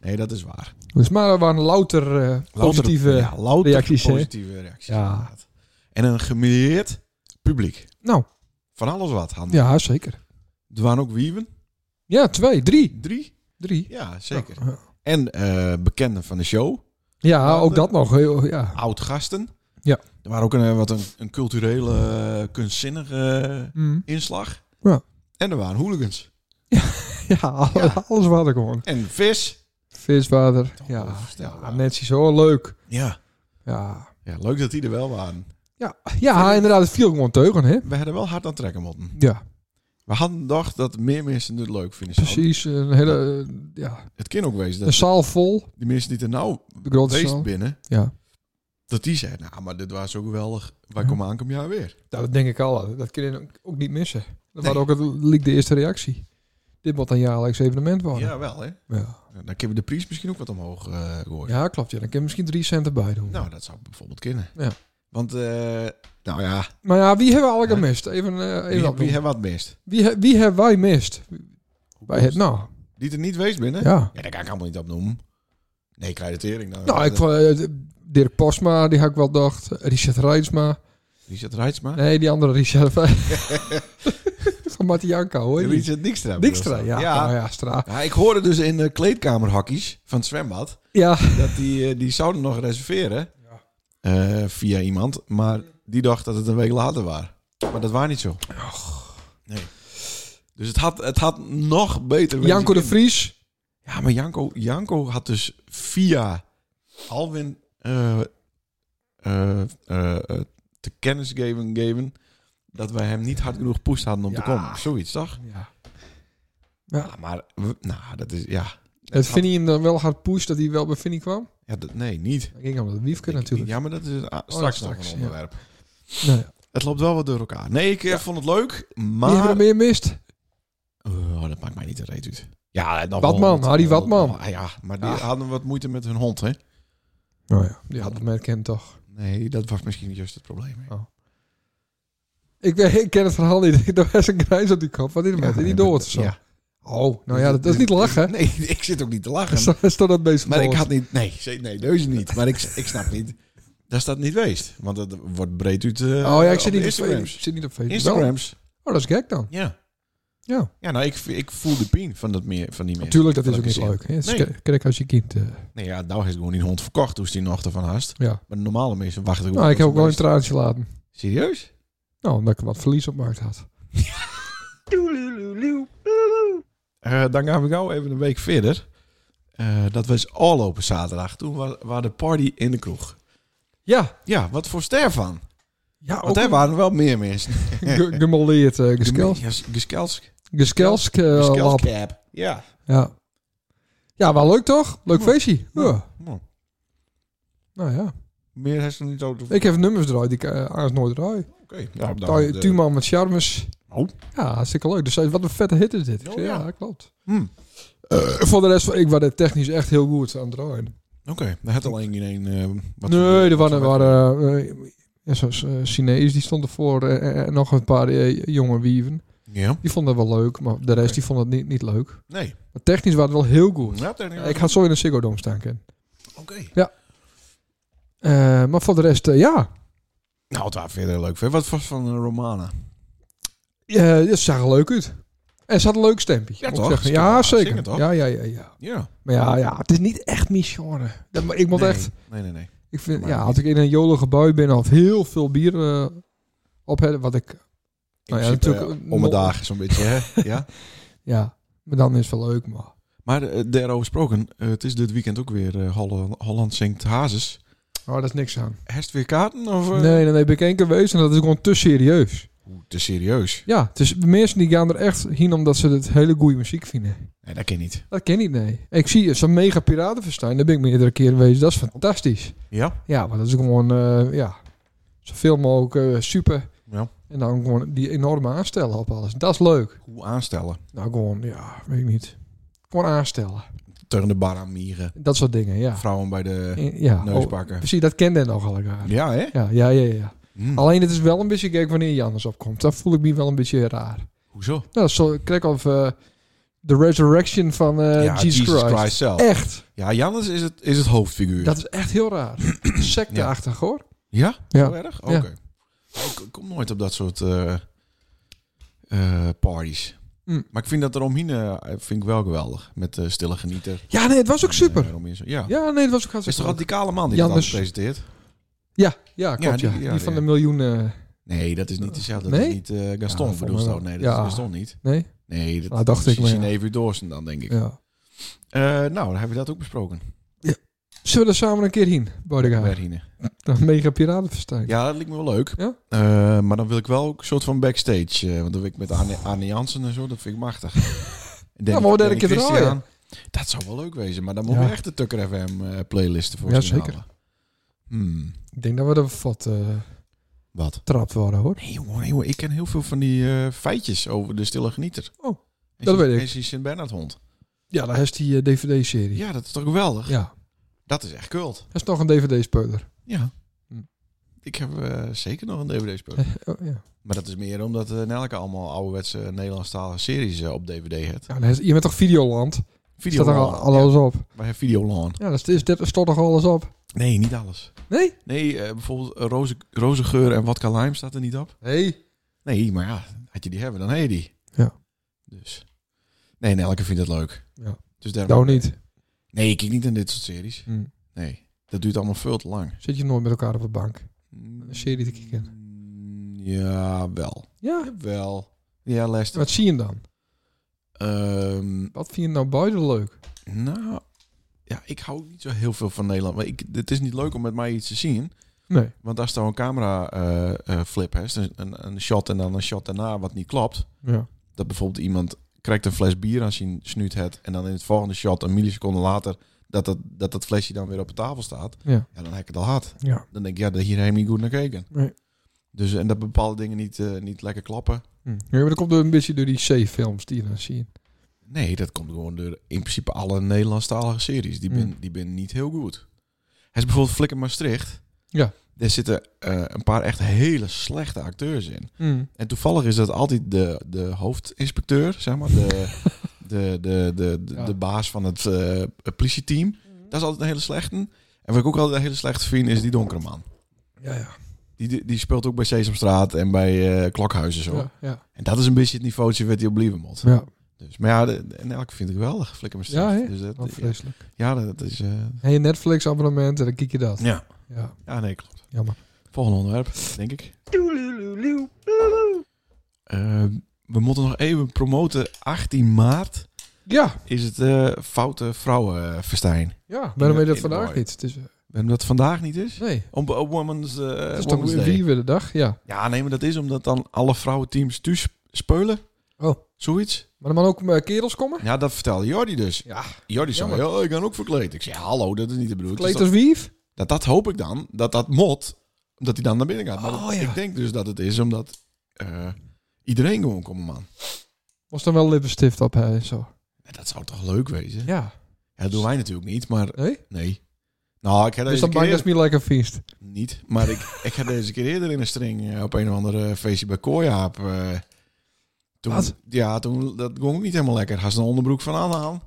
[SPEAKER 4] Nee, dat is waar.
[SPEAKER 5] Dus maar er waren louter eh, positieve...
[SPEAKER 4] ja, louter
[SPEAKER 5] reacties, hè?
[SPEAKER 4] positieve reacties.
[SPEAKER 5] Ja.
[SPEAKER 4] inderdaad. En een gemilieerd publiek.
[SPEAKER 5] Nou,
[SPEAKER 4] Van alles wat, Han.
[SPEAKER 5] ja, zeker.
[SPEAKER 4] Er waren ook wieven.
[SPEAKER 5] Ja, twee, drie.
[SPEAKER 4] Drie?
[SPEAKER 5] Drie.
[SPEAKER 4] Ja, zeker.
[SPEAKER 5] Ja,
[SPEAKER 4] En eh, bekenden van de show.
[SPEAKER 5] Ja, ook dat nog. Heel, ja.
[SPEAKER 4] Oud gasten.
[SPEAKER 5] Ja.
[SPEAKER 4] Er waren ook een, eh, wat een, een culturele, eh, kunstzinnige eh,
[SPEAKER 5] Mm.
[SPEAKER 4] inslag.
[SPEAKER 5] Ja.
[SPEAKER 4] En er waren hooligans.
[SPEAKER 5] Ja, alles wat er gewoon.
[SPEAKER 4] En vis.
[SPEAKER 5] Viswater. Ja,
[SPEAKER 4] onvoorstelbaar.
[SPEAKER 5] ja net zo leuk.
[SPEAKER 4] Ja.
[SPEAKER 5] Ja.
[SPEAKER 4] ja. Leuk dat die er wel waren.
[SPEAKER 5] Ja, ja inderdaad, het viel gewoon teugen, hè?
[SPEAKER 4] We hadden wel hard aan trekken moeten.
[SPEAKER 5] Ja,
[SPEAKER 4] We hadden gedacht dat meer mensen het leuk vinden. zouden.
[SPEAKER 5] precies. Een hele, eh, ja,
[SPEAKER 4] Het kan ook wezen
[SPEAKER 5] een
[SPEAKER 4] dat
[SPEAKER 5] zaal vol.
[SPEAKER 4] die mensen die er nou
[SPEAKER 5] De grote
[SPEAKER 4] geweest
[SPEAKER 5] zaal.
[SPEAKER 4] binnen,
[SPEAKER 5] Ja.
[SPEAKER 4] dat die zeiden, nou, maar dit was zo geweldig. Wij
[SPEAKER 5] Ja.
[SPEAKER 4] komen aankomend jaar weer.
[SPEAKER 5] Nou, dat denk ik al. Dat kun je ook- ook niet missen. Dat
[SPEAKER 4] Nee.
[SPEAKER 5] was ook het, liek de eerste reactie. Dit moet een jaarlijks evenement worden.
[SPEAKER 4] Ja, wel hè.
[SPEAKER 5] Oh, Ja,
[SPEAKER 4] Dan kunnen we de prijs misschien ook wat omhoog eh gooien.
[SPEAKER 5] ja klopt. Ja. Dan kun je misschien drie cent erbij doen.
[SPEAKER 4] Nou, dat zou bijvoorbeeld kunnen.
[SPEAKER 5] Ja.
[SPEAKER 4] Want, eh, nou ja,
[SPEAKER 5] Maar ja, wie hebben we eigenlijk
[SPEAKER 4] Ja.
[SPEAKER 5] gemist? Even, eh, even
[SPEAKER 4] wie,
[SPEAKER 5] opnoemen.
[SPEAKER 4] wie hebben wat mist?
[SPEAKER 5] Wie, he- wie hebben wij mist? Wij het, nou,
[SPEAKER 4] Die er niet wees binnen?
[SPEAKER 5] ja.
[SPEAKER 4] Ja, dat kan ik allemaal niet opnoemen. Nee, kreditering. Nou,
[SPEAKER 5] Nou, ik, eh, Dirk Posma, die had ik wel dacht. Richard Rijtsma.
[SPEAKER 4] Richard Rijtsma.
[SPEAKER 5] Nee, die andere Richard. Van Mattianka, hoor. je?
[SPEAKER 4] Richard Dijkstra.
[SPEAKER 5] Dijkstra,
[SPEAKER 4] bedoel
[SPEAKER 5] ja.
[SPEAKER 4] je?
[SPEAKER 5] Ja,
[SPEAKER 4] Ja.
[SPEAKER 5] ja, Stra.
[SPEAKER 4] Ja, ik hoorde dus in de kleedkamerhakjes van het zwembad...
[SPEAKER 5] Ja,
[SPEAKER 4] dat die, eh, die zouden nog reserveren
[SPEAKER 5] Ja.
[SPEAKER 4] eh, via iemand. Maar die dacht dat het een week later was. Maar dat was niet zo. Nee. Dus het had, het had nog beter... wezen
[SPEAKER 5] Janko de
[SPEAKER 4] kunnen.
[SPEAKER 5] Vries.
[SPEAKER 4] Ja, maar Janko, Janko had dus via Alwin eh, eh, eh, eh, te kennis geven, geven dat wij hem niet hard genoeg poest hadden om
[SPEAKER 5] Ja.
[SPEAKER 4] te komen. Zoiets, toch?
[SPEAKER 5] Ja.
[SPEAKER 4] Ja, maar we- nou, dat is... Ja,
[SPEAKER 5] Het Vinnie hem dan wel hard push dat hij wel bij Vinnie kwam?
[SPEAKER 4] ja dat, nee, niet.
[SPEAKER 5] Dat ging om dat wiefke natuurlijk.
[SPEAKER 4] Ja, maar dat is ah,
[SPEAKER 5] ja,
[SPEAKER 4] straks,
[SPEAKER 5] straks,
[SPEAKER 4] nog
[SPEAKER 5] ja.
[SPEAKER 4] een onderwerp.
[SPEAKER 5] Nou ja.
[SPEAKER 4] Het loopt wel wat door elkaar. Nee, ik eh, vond het leuk,
[SPEAKER 5] Wie hebben
[SPEAKER 4] maar...
[SPEAKER 5] er meer mist?
[SPEAKER 4] Oh, dat maakt mij niet een reet uit. Ja, eh, nog
[SPEAKER 5] Watman,
[SPEAKER 4] wel wat-
[SPEAKER 5] Harry Watman.
[SPEAKER 4] Ah, ja, maar die
[SPEAKER 5] Ah.
[SPEAKER 4] hadden wat moeite met hun hond, hè? Oh
[SPEAKER 5] Nou ja, die had het merkend toch.
[SPEAKER 4] Nee, dat was misschien juist het probleem. hè.
[SPEAKER 5] Ik, weet- ik ken het verhaal niet. Er was een grijs op die kop. Wat is er met?
[SPEAKER 4] Ja,
[SPEAKER 5] die
[SPEAKER 4] dat-
[SPEAKER 5] dood of zo?
[SPEAKER 4] ja.
[SPEAKER 5] Oh, nou ja, dat, dat is niet lachen.
[SPEAKER 4] Nee, ik zit ook niet te lachen.
[SPEAKER 5] Is dat- is toch dat bezig?
[SPEAKER 4] Maar ik had niet... Nee, ze- nee deuze niet. Maar ik, ik snap niet... Dat staat niet geweest. Want het wordt breed uit... eh,
[SPEAKER 5] Oh ja, ik zit
[SPEAKER 4] op
[SPEAKER 5] niet op Facebook.
[SPEAKER 4] Instagrams.
[SPEAKER 5] Ik zit niet op Facebook. Wel.
[SPEAKER 4] Instagrams.
[SPEAKER 5] Oh, dat is gek dan.
[SPEAKER 4] Ja.
[SPEAKER 5] Ja.
[SPEAKER 4] Ja, nou, ik, ik voel de pijn van, dat meer, van die mensen.
[SPEAKER 5] Natuurlijk, dat is
[SPEAKER 4] Van
[SPEAKER 5] ook niet
[SPEAKER 4] gezin.
[SPEAKER 5] leuk. hè. Het is
[SPEAKER 4] Nee.
[SPEAKER 5] gek- gek als je kind. eh,
[SPEAKER 4] Nee, ja, nou heeft gewoon die hond verkocht. Toen is die nog ervan haast.
[SPEAKER 5] ja.
[SPEAKER 4] Maar de normale mensen wachten gewoon.
[SPEAKER 5] Nou, ik heb
[SPEAKER 4] tot
[SPEAKER 5] ook wel een
[SPEAKER 4] ze
[SPEAKER 5] traantje laten.
[SPEAKER 4] meest- Serieus?
[SPEAKER 5] Nou, omdat ik er wat verlies op maakt had.
[SPEAKER 4] Eh, dan gaan we gauw even een week verder. Eh, dat was al open zaterdag. Toen was, was de party in de kroeg.
[SPEAKER 5] Ja.
[SPEAKER 4] Ja, wat voor ster van.
[SPEAKER 5] Ja,
[SPEAKER 4] Want er waren wel meer mensen.
[SPEAKER 5] ge- gemolleerd, eh, geskelsk.
[SPEAKER 4] Ja, geskelsk.
[SPEAKER 5] Geskelsk, eh, lab.
[SPEAKER 4] Geskelskap. Ja.
[SPEAKER 5] Ja. Ja, wel leuk toch? Leuk
[SPEAKER 4] Ja.
[SPEAKER 5] feestje. Ja.
[SPEAKER 4] Nou,
[SPEAKER 5] Nou ja.
[SPEAKER 4] meer heeft ze niet zo te
[SPEAKER 5] Ik heb nummers eruit die ik eh, anders nooit draai.
[SPEAKER 4] Oké. Ja, dan
[SPEAKER 5] Tui-
[SPEAKER 4] Nou, de-
[SPEAKER 5] Tuurman met Charmes.
[SPEAKER 4] Oh.
[SPEAKER 5] Ja, hartstikke leuk. Dus zei, wat een vette hit is dit. Ik
[SPEAKER 4] Oh,
[SPEAKER 5] zei, ja.
[SPEAKER 4] ja.
[SPEAKER 5] klopt.
[SPEAKER 4] Hm.
[SPEAKER 5] Eh, voor de rest, ik was er technisch echt heel goed aan het draaien.
[SPEAKER 4] eh, Oké, dan had al één in één. eh, wat
[SPEAKER 5] nee, er waren,
[SPEAKER 4] wat-
[SPEAKER 5] waren eh, ja, zoals eh, Chinees, die stond ervoor. eh, en nog een paar eh, jonge wieven.
[SPEAKER 4] Ja,
[SPEAKER 5] Die vonden het wel leuk, maar de rest die vond het niet, niet leuk.
[SPEAKER 4] nee.
[SPEAKER 5] Maar technisch was het wel heel goed.
[SPEAKER 4] Ja, daar-
[SPEAKER 5] Ik had zo in een Ziggo Dome staan, Ken.
[SPEAKER 4] Oké.
[SPEAKER 5] Eh, maar voor de rest, eh, ja.
[SPEAKER 4] Nou, het was verder leuk. Wat was van eh, Romana?
[SPEAKER 5] Ja, dat zag Eh, er leuk uit. En ze had een leuk stempje.
[SPEAKER 4] Ja,
[SPEAKER 5] moet
[SPEAKER 4] toch?
[SPEAKER 5] ik zeggen.
[SPEAKER 4] Ze kan
[SPEAKER 5] Ja,
[SPEAKER 4] wel
[SPEAKER 5] zeker.
[SPEAKER 4] zingen, toch?
[SPEAKER 5] Ja, ja, ja, ja.
[SPEAKER 4] Ja.
[SPEAKER 5] Maar ja, ja, het is niet echt mijn genre. Dat- maar Ik moet
[SPEAKER 4] nee.
[SPEAKER 5] echt...
[SPEAKER 4] Nee, nee, nee.
[SPEAKER 5] Ik vind,
[SPEAKER 4] Maar
[SPEAKER 5] ja,
[SPEAKER 4] niet.
[SPEAKER 5] als ik in een jolige bui ben of heel veel bier eh, op heb, wat ik...
[SPEAKER 4] In
[SPEAKER 5] Nou ja,
[SPEAKER 4] principe,
[SPEAKER 5] natuurlijk,
[SPEAKER 4] eh, om een
[SPEAKER 5] nog-
[SPEAKER 4] dag zo'n beetje, hè? ja.
[SPEAKER 5] Ja, maar dan is het wel leuk, maar...
[SPEAKER 4] Maar eh, daarover gesproken, eh, het is dit weekend ook weer eh, Holl- Holland zingt Hazes.
[SPEAKER 5] Oh, daar is niks aan.
[SPEAKER 4] Heeft weer kaarten? Of, eh?
[SPEAKER 5] Nee, nee, nee, ben ik één keer geweest en dat is gewoon te serieus.
[SPEAKER 4] Oeh, te serieus.
[SPEAKER 5] Ja, dus mensen die gaan er echt heen omdat ze het hele goede muziek vinden.
[SPEAKER 4] Nee, dat kan niet.
[SPEAKER 5] Dat ken ik niet, nee. Ik zie zo'n mega piratenfestijn, daar ben ik meerdere keer geweest. Dat is fantastisch.
[SPEAKER 4] Ja?
[SPEAKER 5] Ja, maar dat is gewoon, eh, ja, zoveel mogelijk eh, super.
[SPEAKER 4] Ja.
[SPEAKER 5] En dan gewoon die enorme aanstellen op alles. Dat is leuk.
[SPEAKER 4] Hoe aanstellen?
[SPEAKER 5] Nou, gewoon, ja, weet ik niet. Gewoon aanstellen.
[SPEAKER 4] Tegen de bar aan mieren.
[SPEAKER 5] Dat soort dingen, ja.
[SPEAKER 4] Vrouwen bij de
[SPEAKER 5] In- Ja,
[SPEAKER 4] neus
[SPEAKER 5] oh,
[SPEAKER 4] pakken.
[SPEAKER 5] precies, dat kende nog elkaar.
[SPEAKER 4] Ja, hè?
[SPEAKER 5] Ja, ja, ja, ja.
[SPEAKER 4] Hm.
[SPEAKER 5] Alleen het is wel een beetje gek wanneer je anders opkomt. Dat voel ik me wel een beetje raar.
[SPEAKER 4] Hoezo?
[SPEAKER 5] Nou, zo kijk of eh The Resurrection van eh,
[SPEAKER 4] ja,
[SPEAKER 5] Jesus, Christ.
[SPEAKER 4] zelf.
[SPEAKER 5] Echt.
[SPEAKER 4] Ja, Jannes is het, is het hoofdfiguur.
[SPEAKER 5] Dat is echt heel raar. Secteachtig, hoor.
[SPEAKER 4] Ja?
[SPEAKER 5] Ja.
[SPEAKER 4] Zo erg? Oké.
[SPEAKER 5] Ja.
[SPEAKER 4] Ik ik kom nooit op dat soort eh, eh, parties.
[SPEAKER 5] Hm.
[SPEAKER 4] Maar ik vind dat eromheen eh, vind ik wel geweldig. Met eh, stille genieter.
[SPEAKER 5] Ja, nee, het was ook
[SPEAKER 4] En,
[SPEAKER 5] super.
[SPEAKER 4] eh, Romeo- ja.
[SPEAKER 5] Ja, nee, het was ook
[SPEAKER 4] Het is
[SPEAKER 5] hartstikke
[SPEAKER 4] toch
[SPEAKER 5] leuk.
[SPEAKER 4] radicale man die
[SPEAKER 5] Jannes.
[SPEAKER 4] dat presenteert?
[SPEAKER 5] Ja, ja, klopt. Ja,
[SPEAKER 4] die-
[SPEAKER 5] die,
[SPEAKER 4] ja,
[SPEAKER 5] van
[SPEAKER 4] ja.
[SPEAKER 5] de miljoen. eh,
[SPEAKER 4] Nee, dat is niet dezelfde.
[SPEAKER 5] Nee?
[SPEAKER 4] Dat is niet eh, Gaston
[SPEAKER 5] Ja,
[SPEAKER 4] voor
[SPEAKER 5] volgens mij
[SPEAKER 4] Nee,
[SPEAKER 5] wel.
[SPEAKER 4] dat
[SPEAKER 5] Ja.
[SPEAKER 4] is Gaston niet.
[SPEAKER 5] Nee?
[SPEAKER 4] Nee, dat,
[SPEAKER 5] Ah, dacht
[SPEAKER 4] is
[SPEAKER 5] ik, maar ja.
[SPEAKER 4] Sinead Doorsen dan, denk ik.
[SPEAKER 5] Ja.
[SPEAKER 4] Eh, nou, dan hebben we dat ook besproken.
[SPEAKER 5] Zullen we er samen een keer heen, Bodegaard?
[SPEAKER 4] Berhine.
[SPEAKER 5] Dan mega piratenfestijn.
[SPEAKER 4] Ja, dat lijkt me wel leuk.
[SPEAKER 5] Ja?
[SPEAKER 4] Eh, maar dan wil ik wel ook een soort van backstage. eh, want dan wil ik met Arne, Arne Jansen en zo, dat vind ik machtig. Denk,
[SPEAKER 5] maar we denken
[SPEAKER 4] denk
[SPEAKER 5] het
[SPEAKER 4] Christian,
[SPEAKER 5] draaien.
[SPEAKER 4] Dat zou wel leuk wezen, maar dan moet
[SPEAKER 5] Ja.
[SPEAKER 4] we echt de Tucker FM eh, playlisten voor
[SPEAKER 5] Ja,
[SPEAKER 4] zien
[SPEAKER 5] zeker.
[SPEAKER 4] halen. Hmm,
[SPEAKER 5] Ik denk dat we er wat eh
[SPEAKER 4] wat?
[SPEAKER 5] trapt worden, hoor.
[SPEAKER 4] Nee jongen, jongen, ik ken heel veel van die eh, feitjes over de stille genieter.
[SPEAKER 5] Oh,
[SPEAKER 4] En
[SPEAKER 5] dat
[SPEAKER 4] die-
[SPEAKER 5] weet ik.
[SPEAKER 4] En die Sint-Bernard-hond.
[SPEAKER 5] Ja, daar is die eh, DVD-serie.
[SPEAKER 4] Ja, dat is toch geweldig?
[SPEAKER 5] Ja.
[SPEAKER 4] Dat is echt kult.
[SPEAKER 5] Dat is nog een DVD-speler.
[SPEAKER 4] Ja.
[SPEAKER 5] Hm.
[SPEAKER 4] Ik heb eh, zeker nog een DVD-spel.
[SPEAKER 5] Oh, ja.
[SPEAKER 4] Maar dat is meer omdat eh Nelke allemaal ouderwetse Nederlandstalige series eh, op DVD heeft.
[SPEAKER 5] Ja, dan is- je bent toch Videoland?
[SPEAKER 4] Video
[SPEAKER 5] Staat er al alles op?
[SPEAKER 4] Bij Videoland.
[SPEAKER 5] Ja, dat is, dat staat toch alles op?
[SPEAKER 4] Nee, niet alles.
[SPEAKER 5] Nee?
[SPEAKER 4] Nee, eh, bijvoorbeeld eh, roze, rozengeur en wat lime staat er niet op.
[SPEAKER 5] Nee.
[SPEAKER 4] Nee, maar ja, had je die hebben, dan heb je die.
[SPEAKER 5] Ja.
[SPEAKER 4] Dus. Nee, en elke vindt het leuk.
[SPEAKER 5] Ja.
[SPEAKER 4] Dus daarom...
[SPEAKER 5] Nou niet.
[SPEAKER 4] Nee, ik kijk niet aan dit soort series.
[SPEAKER 5] Hm.
[SPEAKER 4] Nee, dat duurt allemaal veel te lang.
[SPEAKER 5] Zit je nooit met elkaar op de bank? serie te kijken.
[SPEAKER 4] Mm, Ja, wel.
[SPEAKER 5] Ja.
[SPEAKER 4] Wel. Ja, Lester.
[SPEAKER 5] Wat zie je dan?
[SPEAKER 4] Ehm,
[SPEAKER 5] Wat vind je nou buiten leuk?
[SPEAKER 4] nou, ja, ik hou ook niet zo heel veel van Nederland. Maar ik, het is niet leuk om met mij iets te zien.
[SPEAKER 5] Nee.
[SPEAKER 4] Want als dan een camera eh, eh, flip hebt, een, een, een shot en dan een shot daarna wat niet klopt.
[SPEAKER 5] Ja.
[SPEAKER 4] Dat bijvoorbeeld iemand krijgt een fles bier aan zijn snuit het. En dan in het volgende shot, een milliseconde later, dat dat, dat, dat flesje dan weer op de tafel staat.
[SPEAKER 5] Ja.
[SPEAKER 4] ja, dan heb ik het al gehad.
[SPEAKER 5] Ja.
[SPEAKER 4] Dan denk ik, ja, daar hier heb ik niet goed naar gekeken.
[SPEAKER 5] Nee.
[SPEAKER 4] Dus, en dat bepaalde dingen niet, eh, niet lekker klappen.
[SPEAKER 5] Hm. Ja, maar dat komt door een beetje door die C-films die je dan ziet.
[SPEAKER 4] Nee, dat komt gewoon door in principe alle Nederlandstalige series. Die
[SPEAKER 5] Mm.
[SPEAKER 4] ben, die ben niet heel goed. Hij is bijvoorbeeld Flikker Maastricht.
[SPEAKER 5] Ja.
[SPEAKER 4] Daar zitten eh, een paar echt hele slechte acteurs in. En toevallig is dat altijd de, de hoofdinspecteur, zeg maar. De, de, de, de, de,
[SPEAKER 5] Ja.
[SPEAKER 4] de baas van het eh, politieteam. Dat is altijd een hele slechte. En wat ik ook altijd een hele slechte vind, is die donkere man.
[SPEAKER 5] Ja, ja.
[SPEAKER 4] Die- Die, die speelt ook bij Sesamstraat en bij eh, Klokhuizen zo.
[SPEAKER 5] Ja, ja.
[SPEAKER 4] En dat is een beetje het niveautje wat hij op blijven moet.
[SPEAKER 5] ja.
[SPEAKER 4] Dus, maar ja, de, en elke vind ik geweldig. Flikker maar
[SPEAKER 5] Ja, hè?
[SPEAKER 4] dus dat,
[SPEAKER 5] Wat
[SPEAKER 4] ja,
[SPEAKER 5] vreselijk.
[SPEAKER 4] dat is... eh,
[SPEAKER 5] En je Netflix-abonnement en dan kijk je dat.
[SPEAKER 4] ja.
[SPEAKER 5] Ja,
[SPEAKER 4] ja, nee, klopt.
[SPEAKER 5] jammer.
[SPEAKER 4] Volgende onderwerp, denk ik. Eh, we moeten nog even promoten. 18 maart
[SPEAKER 5] Ja,
[SPEAKER 4] is het eh, Foute Vrouwenfestijn.
[SPEAKER 5] ja. Waarom weet je dat
[SPEAKER 4] in de
[SPEAKER 5] vandaag
[SPEAKER 4] boy.
[SPEAKER 5] niet? Het is, eh,
[SPEAKER 4] En dat vandaag niet is?
[SPEAKER 5] nee.
[SPEAKER 4] Om op Women's, eh,
[SPEAKER 5] Het is
[SPEAKER 4] Women's
[SPEAKER 5] toch
[SPEAKER 4] Day.
[SPEAKER 5] wie weer de dag? Ja.
[SPEAKER 4] Ja, nee, maar dat is omdat dan alle vrouwenteams thuis spelen.
[SPEAKER 5] Oh.
[SPEAKER 4] Zoiets.
[SPEAKER 5] Maar dan ook eh, kerels komen?
[SPEAKER 4] Ja, dat vertelde Jordi dus.
[SPEAKER 5] Ja.
[SPEAKER 4] Jordi zei, ja, ik ben ook verkleed. Ik zei, hallo, dat is niet de bedoeling.
[SPEAKER 5] Kleed als wief?
[SPEAKER 4] Dat, dat hoop ik dan, dat dat mot, dat hij dan naar binnen gaat. Maar
[SPEAKER 5] Oh,
[SPEAKER 4] dat-
[SPEAKER 5] ja.
[SPEAKER 4] ik denk dus dat het is omdat eh, iedereen gewoon komt, man.
[SPEAKER 5] Was dan wel lippenstift op hij en zo.
[SPEAKER 4] Ja, Dat zou toch leuk wezen? Ja.
[SPEAKER 5] Ja.
[SPEAKER 4] dat doen wij natuurlijk niet, maar
[SPEAKER 5] Nee?
[SPEAKER 4] nee. Nou, ik heb
[SPEAKER 5] Dus
[SPEAKER 4] deze
[SPEAKER 5] dan
[SPEAKER 4] keer
[SPEAKER 5] bang dat is meer lekker feest.
[SPEAKER 4] niet, maar ik, ik heb deze keer eerder in een string eh, op een of andere feestje bij Kooiaap. eh, toen,
[SPEAKER 5] Wat?
[SPEAKER 4] Ja, toen, dat ging ook niet helemaal lekker. Hij had een onderbroek van aan aan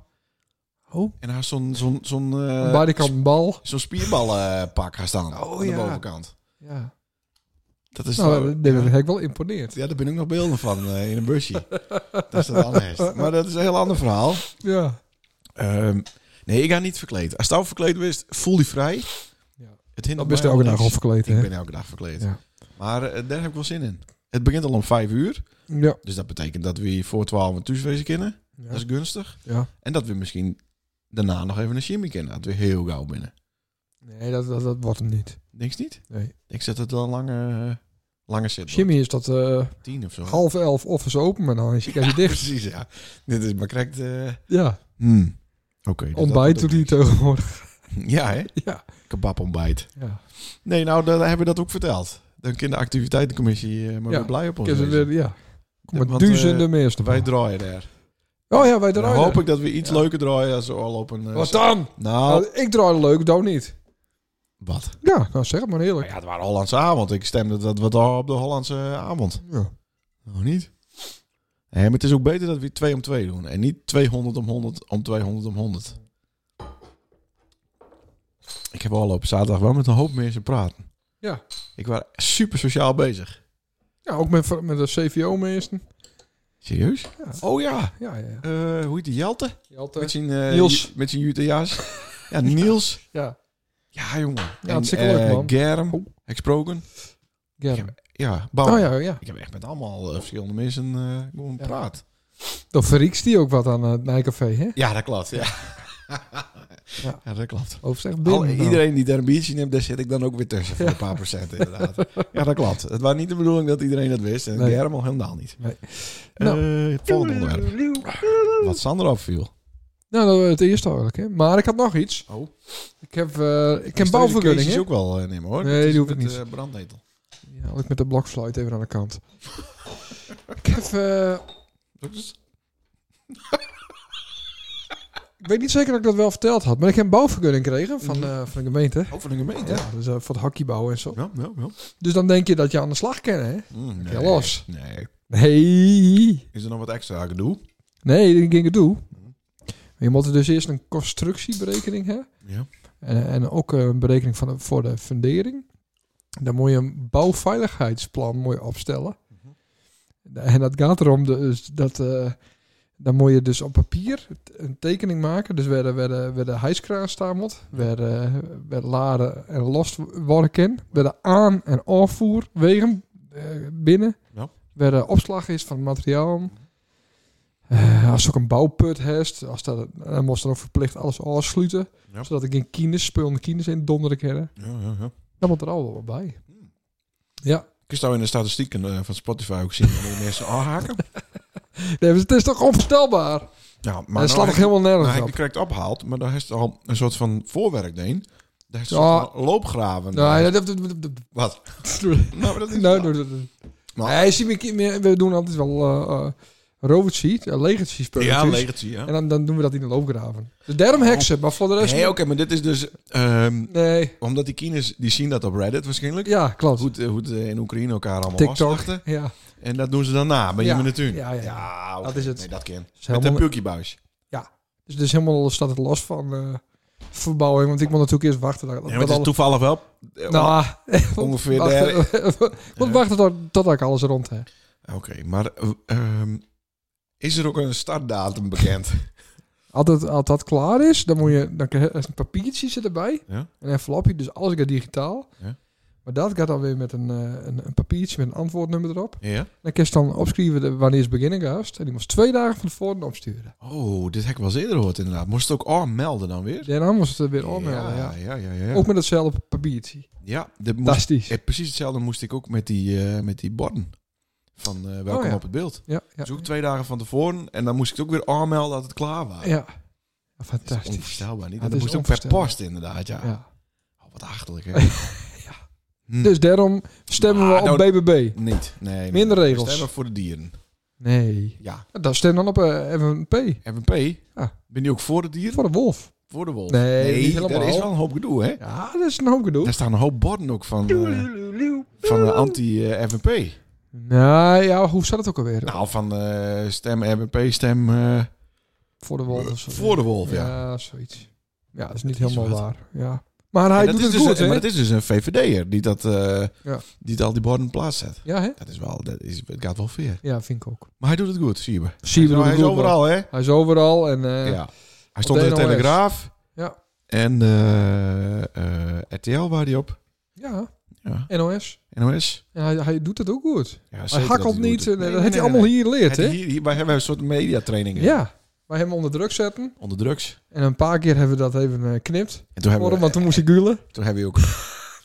[SPEAKER 5] Oh.
[SPEAKER 4] en hij had zo'n zo'n zo'n eh,
[SPEAKER 5] Bodycam bal.
[SPEAKER 4] sp- zo'n spierballenpak gaan staan
[SPEAKER 5] Oh,
[SPEAKER 4] aan de
[SPEAKER 5] ja.
[SPEAKER 4] bovenkant.
[SPEAKER 5] Ja.
[SPEAKER 4] Dat is
[SPEAKER 5] Nou,
[SPEAKER 4] wel-
[SPEAKER 5] dat dat
[SPEAKER 4] ja.
[SPEAKER 5] heb ik wel imponeerd.
[SPEAKER 4] Ja, daar ben ik nog beelden van eh, in een busje. dat is dat anders. Maar dat is een heel ander verhaal.
[SPEAKER 5] Ja.
[SPEAKER 4] Ehm, nee, ik ga niet verkleed. Als het verkleed wist, voel die vrij.
[SPEAKER 5] Ja.
[SPEAKER 4] Het hindert
[SPEAKER 5] Dan ben je
[SPEAKER 4] mij
[SPEAKER 5] elke
[SPEAKER 4] aan
[SPEAKER 5] dag
[SPEAKER 4] niks.
[SPEAKER 5] opgekleed, hè?
[SPEAKER 4] Ik ben elke dag verkleed.
[SPEAKER 5] Ja.
[SPEAKER 4] Maar eh, daar heb ik wel zin in. Het begint al om vijf uur.
[SPEAKER 5] Ja.
[SPEAKER 4] Dus dat betekent dat we hier voor twaalf een thuis wezen kunnen. Dat is gunstig.
[SPEAKER 5] Ja.
[SPEAKER 4] En dat we misschien daarna nog even een Jimmy kennen. Dat we heel gauw binnen.
[SPEAKER 5] Nee, dat, dat, dat wordt hem niet.
[SPEAKER 4] Denk je niet?
[SPEAKER 5] Nee.
[SPEAKER 4] Ik zet het wel een lange, eh, lange zit.
[SPEAKER 5] Jimmy is dat eh,
[SPEAKER 4] Tien of zo.
[SPEAKER 5] half elf office open, maar dan is je kastje dicht.
[SPEAKER 4] Precies, ja. Dit is maar correct... eh,
[SPEAKER 5] Ja.
[SPEAKER 4] hmm. Oké. dus dat
[SPEAKER 5] Ontbijt doet
[SPEAKER 4] wordt
[SPEAKER 5] hij tegenwoordig.
[SPEAKER 4] ook- Ja, hè?
[SPEAKER 5] Ja.
[SPEAKER 4] Kebab ontbijt.
[SPEAKER 5] Ja.
[SPEAKER 4] Nee, nou, dan hebben we dat ook verteld. Dan kan de activiteitencommissie eh, maar
[SPEAKER 5] Ja.
[SPEAKER 4] weer blij op
[SPEAKER 5] Ik
[SPEAKER 4] ons
[SPEAKER 5] heb er
[SPEAKER 4] wezen.
[SPEAKER 5] weer, ja. Kom maar
[SPEAKER 4] Want, eh,
[SPEAKER 5] duizenden meesten.
[SPEAKER 4] Wij draaien daar.
[SPEAKER 5] Oh ja, wij
[SPEAKER 4] Dan
[SPEAKER 5] draaien.
[SPEAKER 4] hoop ik dat we iets
[SPEAKER 5] Ja.
[SPEAKER 4] leuker draaien als we al op een... eh,
[SPEAKER 5] Wat dan?
[SPEAKER 4] Nou,
[SPEAKER 5] Nou, ik draai leuk, dan niet.
[SPEAKER 4] wat?
[SPEAKER 5] Ja, nou zeg het maar
[SPEAKER 4] Maar
[SPEAKER 5] eerlijk.
[SPEAKER 4] ja, het waren Hollandse avond. Ik stemde dat wat op de Hollandse avond.
[SPEAKER 5] Ja.
[SPEAKER 4] Nou, niet? Nee, maar het is ook beter dat we twee om twee doen. En niet 200 om 100 om 200 om 100. Ik heb al op zaterdag wel met een hoop mensen praten.
[SPEAKER 5] Ja.
[SPEAKER 4] Ik was super sociaal bezig.
[SPEAKER 5] Ja, ook met, met de CVO-meesten.
[SPEAKER 4] Serieus?
[SPEAKER 5] Ja.
[SPEAKER 4] Oh ja.
[SPEAKER 5] Ja, ja, ja.
[SPEAKER 4] Eh, hoe heet die Jelte?
[SPEAKER 5] Jelte.
[SPEAKER 4] Met zijn, eh,
[SPEAKER 5] Niels.
[SPEAKER 4] ju- Met zijn jute jas. ja, Niels.
[SPEAKER 5] Ja.
[SPEAKER 4] Ja, jongen.
[SPEAKER 5] hartstikke leuk,
[SPEAKER 4] eh,
[SPEAKER 5] man.
[SPEAKER 4] Germ.
[SPEAKER 5] Oh.
[SPEAKER 4] Heb ik gesproken.
[SPEAKER 5] Germ.
[SPEAKER 4] Ik heb- Ja, bouwen.
[SPEAKER 5] Oh ja, ja.
[SPEAKER 4] Ik heb echt met allemaal eh, verschillende mensen eh gewoon
[SPEAKER 5] Ja.
[SPEAKER 4] praat.
[SPEAKER 5] Dan verriekst die ook wat aan eh, het Nijcafé, hè?
[SPEAKER 4] Ja, dat klopt. Ja,
[SPEAKER 5] Ja.
[SPEAKER 4] ja. dat klopt.
[SPEAKER 5] Of zegt
[SPEAKER 4] Al,
[SPEAKER 5] binnen. nou. dan.
[SPEAKER 4] Oh, iedereen die daar een biertje neemt, daar zit ik dan ook weer tussen voor een paar procent inderdaad. Ja, dat klopt. Het was niet de bedoeling dat iedereen dat wist. En
[SPEAKER 5] Nee.
[SPEAKER 4] die helemaal helemaal niet.
[SPEAKER 5] Nee.
[SPEAKER 4] Eh,
[SPEAKER 5] Nou.
[SPEAKER 4] volgende onderwerp. Wat Sander opviel.
[SPEAKER 5] Nou, dat was het eerste eigenlijk, hè? Maar ik had nog iets.
[SPEAKER 4] Oh.
[SPEAKER 5] Ik heb, eh, ik heb
[SPEAKER 4] Stel je de
[SPEAKER 5] bouwvergunning,
[SPEAKER 4] cases
[SPEAKER 5] hè?
[SPEAKER 4] ook wel eh, nemen hoor.
[SPEAKER 5] Nee,
[SPEAKER 4] Dat is
[SPEAKER 5] die hoef ik
[SPEAKER 4] met,
[SPEAKER 5] niet.
[SPEAKER 4] eh, brandnetel.
[SPEAKER 5] Ja, haal ik met de blokfluit even aan de kant. ik heb... eh, ik weet niet zeker dat ik dat wel verteld had, maar ik heb een bouwvergunning gekregen van, eh, van de gemeente.
[SPEAKER 4] Ook van de gemeente.
[SPEAKER 5] Ja, dus eh, voor het hockeybouwen en zo.
[SPEAKER 4] Ja, ja, ja.
[SPEAKER 5] Dus dan denk je dat je aan de slag kan, hè?
[SPEAKER 4] Mm,
[SPEAKER 5] Ja, los.
[SPEAKER 4] Nee.
[SPEAKER 5] Nee.
[SPEAKER 4] Is er nog wat extra gedoe?
[SPEAKER 5] Nee, dat ging het doen. Je moet dus eerst een constructieberekening hebben.
[SPEAKER 4] Ja.
[SPEAKER 5] En, en ook eh, een berekening van de, voor de fundering. Dan moet je een bouwveiligheidsplan moet je opstellen.
[SPEAKER 4] Mhm.
[SPEAKER 5] En dat gaat erom dus dat... eh, dan moet je dus op papier een tekening maken. Dus waar de, waar de, waar de hijskraan staan moet. Waar, eh, waar laden en lost worden kan. Waar de aan- en afvoer wegen eh, binnen.
[SPEAKER 4] Ja.
[SPEAKER 5] Waar de opslag is van het materiaal. Eh, als je ook een bouwput hebt, als dat, dan moest dan ook verplicht alles afsluiten.
[SPEAKER 4] Ja.
[SPEAKER 5] Zodat ik geen kines, spelende kines in donderen kennen.
[SPEAKER 4] Ja, ja, ja.
[SPEAKER 5] Dan moet er al wel bij. Ja,
[SPEAKER 4] Kun je nou in de statistieken eh, van Spotify ook zien hoe de mensen aanhaken?
[SPEAKER 5] nee, maar het is toch onvoorstelbaar?
[SPEAKER 4] Ja,
[SPEAKER 5] Maar
[SPEAKER 4] maar
[SPEAKER 5] dat slaat
[SPEAKER 4] nou
[SPEAKER 5] toch helemaal nergens
[SPEAKER 4] Nou, heb
[SPEAKER 5] op?
[SPEAKER 4] je correct opgehaald, maar daar is al een soort van voorwerk heen. Daar is een
[SPEAKER 5] Ja.
[SPEAKER 4] soort van loopgraven.
[SPEAKER 5] Nou, ja, dat- dat- dat- dat-
[SPEAKER 4] Wat?
[SPEAKER 5] dat-
[SPEAKER 4] Nou, maar dat is
[SPEAKER 5] Nou,
[SPEAKER 4] wel-
[SPEAKER 5] dat- dat- dat-
[SPEAKER 4] Maar-
[SPEAKER 5] Nee, zie me een keer meer- we doen altijd wel eh, eh, robot sheet, eh, legacy spulletjes.
[SPEAKER 4] Ja, legacy, ja.
[SPEAKER 5] En dan, dan doen we dat in de loopgraven. Dus daarom heksen, maar voor de rest...
[SPEAKER 4] Nee, oké, maar dit is dus... ehm,
[SPEAKER 5] Nee,
[SPEAKER 4] omdat die kines, die zien dat op Reddit waarschijnlijk.
[SPEAKER 5] ja, klopt.
[SPEAKER 4] Hoe, het- hoe het eh, in Oekraïne elkaar allemaal
[SPEAKER 5] TikTok,
[SPEAKER 4] afslachten.
[SPEAKER 5] ja.
[SPEAKER 4] En dat doen ze dan na, bij
[SPEAKER 5] Ja,
[SPEAKER 4] Jimmy Natuun.
[SPEAKER 5] ja, ja, ja.
[SPEAKER 4] oké,
[SPEAKER 5] Dat is het.
[SPEAKER 4] Nee, dat kan.
[SPEAKER 5] is
[SPEAKER 4] Met
[SPEAKER 5] helemaal-
[SPEAKER 4] een pukiebuis.
[SPEAKER 5] Dus het is helemaal staat het los van eh, verbouwing. Want ik moet natuurlijk eerst wachten. Dat,
[SPEAKER 4] Ja, maar het is toevallig wel... eh,
[SPEAKER 5] Nou,
[SPEAKER 4] ongeveer
[SPEAKER 5] wachten, moet
[SPEAKER 4] Ja.
[SPEAKER 5] wachten tot, totdat ik alles rond heb.
[SPEAKER 4] Oké, maar... eh, ehm, is er ook een startdatum bekend?
[SPEAKER 5] Als dat, als dat klaar is, dan moet je dan krijg je een papiertje zit erbij.
[SPEAKER 4] Ja.
[SPEAKER 5] Een envelopje, dus alles gaat digitaal.
[SPEAKER 4] Ja.
[SPEAKER 5] Maar dat gaat dan weer met een, eh, een, een papiertje met een antwoordnummer erop.
[SPEAKER 4] ja.
[SPEAKER 5] Dan kun je dan opschrijven de- wanneer ze beginnen gast. En die moest twee dagen van tevoren opsturen.
[SPEAKER 4] Oh, dit heb ik wel eens eerder gehoord inderdaad. Moest het ook aanmelden dan weer?
[SPEAKER 5] Daarna moest het er weer opmelden. Ja,
[SPEAKER 4] Ja, ja, ja. ja.
[SPEAKER 5] Ook met hetzelfde papiertje.
[SPEAKER 4] Ja, dit moest,
[SPEAKER 5] Fantastisch.
[SPEAKER 4] eh, precies hetzelfde moest ik ook met die, eh, met die borden. Van eh, welkom
[SPEAKER 5] Oh, ja.
[SPEAKER 4] op het beeld.
[SPEAKER 5] Ja, ja.
[SPEAKER 4] Dus ook twee dagen van tevoren. En dan moest ik het ook weer aanmelden dat het klaar was.
[SPEAKER 5] ja.
[SPEAKER 4] Dat is
[SPEAKER 5] Fantastisch.
[SPEAKER 4] onvoorstelbaar. Niet?
[SPEAKER 5] Dat
[SPEAKER 4] dat
[SPEAKER 5] is
[SPEAKER 4] moest ook per
[SPEAKER 5] onvoorstelbaar.
[SPEAKER 4] post inderdaad, ja.
[SPEAKER 5] Ja.
[SPEAKER 4] Oh, wat achterlijk, hè? Hm.
[SPEAKER 5] Dus daarom stemmen
[SPEAKER 4] Maar
[SPEAKER 5] we op BBB.
[SPEAKER 4] Niet, nee. nee.
[SPEAKER 5] Minder
[SPEAKER 4] We
[SPEAKER 5] regels.
[SPEAKER 4] Stemmen voor de dieren.
[SPEAKER 5] Nee.
[SPEAKER 4] Ja.
[SPEAKER 5] Dan stem dan op eh, FNP.
[SPEAKER 4] FNP,
[SPEAKER 5] Ja.
[SPEAKER 4] ben je ook voor de dieren?
[SPEAKER 5] Ah. Voor de wolf.
[SPEAKER 4] Voor de wolf?
[SPEAKER 5] Nee, niet
[SPEAKER 4] dat
[SPEAKER 5] helemaal.
[SPEAKER 4] is wel een hoop gedoe, hè?
[SPEAKER 5] Ja, dat is een hoop gedoe.
[SPEAKER 4] Daar staan een hoop borden ook van, eh, van de anti-FNP.
[SPEAKER 5] Nou ja, hoe zat het ook alweer?
[SPEAKER 4] Nou, van eh, stem FNP, stem eh,
[SPEAKER 5] voor de wolf. of zo.
[SPEAKER 4] voor de wolf, ja.
[SPEAKER 5] Ja, zoiets. Ja, dat is
[SPEAKER 4] is
[SPEAKER 5] niet helemaal
[SPEAKER 4] wat.
[SPEAKER 5] waar. Ja. Maar hij
[SPEAKER 4] En
[SPEAKER 5] doet
[SPEAKER 4] dat
[SPEAKER 5] het
[SPEAKER 4] is dus,
[SPEAKER 5] goed, hè?
[SPEAKER 4] Maar het is dus een VVD'er die, dat, eh,
[SPEAKER 5] Ja.
[SPEAKER 4] die het al die borden plaatzet.
[SPEAKER 5] Ja, hè?
[SPEAKER 4] Dat is wel, dat is, het gaat wel ver.
[SPEAKER 5] Ja, vind ik ook.
[SPEAKER 4] Maar hij doet het goed, zie je. me.
[SPEAKER 5] Zie je
[SPEAKER 4] Hij is- hij is
[SPEAKER 5] bedoel ik wel.
[SPEAKER 4] overal, hè?
[SPEAKER 5] Hij is overal en eh,
[SPEAKER 4] ja. Hij stond in de
[SPEAKER 5] NOS.
[SPEAKER 4] Telegraaf.
[SPEAKER 5] Ja.
[SPEAKER 4] En eh, eh, RTL waar hij op.
[SPEAKER 5] ja.
[SPEAKER 4] Ja.
[SPEAKER 5] NOS.
[SPEAKER 4] NOS.
[SPEAKER 5] En hij, hij doet het ook goed.
[SPEAKER 4] Ja,
[SPEAKER 5] hij
[SPEAKER 4] zeker dat
[SPEAKER 5] hakkelt
[SPEAKER 4] hij
[SPEAKER 5] niet.
[SPEAKER 4] goed
[SPEAKER 5] en eh,
[SPEAKER 4] doet. Nee,
[SPEAKER 5] dat
[SPEAKER 4] nee, nee,
[SPEAKER 5] heeft hij allemaal hier
[SPEAKER 4] nee.
[SPEAKER 5] geleerd,
[SPEAKER 4] Hij-
[SPEAKER 5] hè?
[SPEAKER 4] Hier, hier, wij hebben een soort mediatrainingen.
[SPEAKER 5] Ja. Wij hebben hem onder druk zetten.
[SPEAKER 4] Onder drugs.
[SPEAKER 5] En een paar keer hebben we dat even eh, geknipt.
[SPEAKER 4] En toen hebben,
[SPEAKER 5] Waarom?
[SPEAKER 4] we,
[SPEAKER 5] Want toen moest ik gulen.
[SPEAKER 4] toen hebben we ook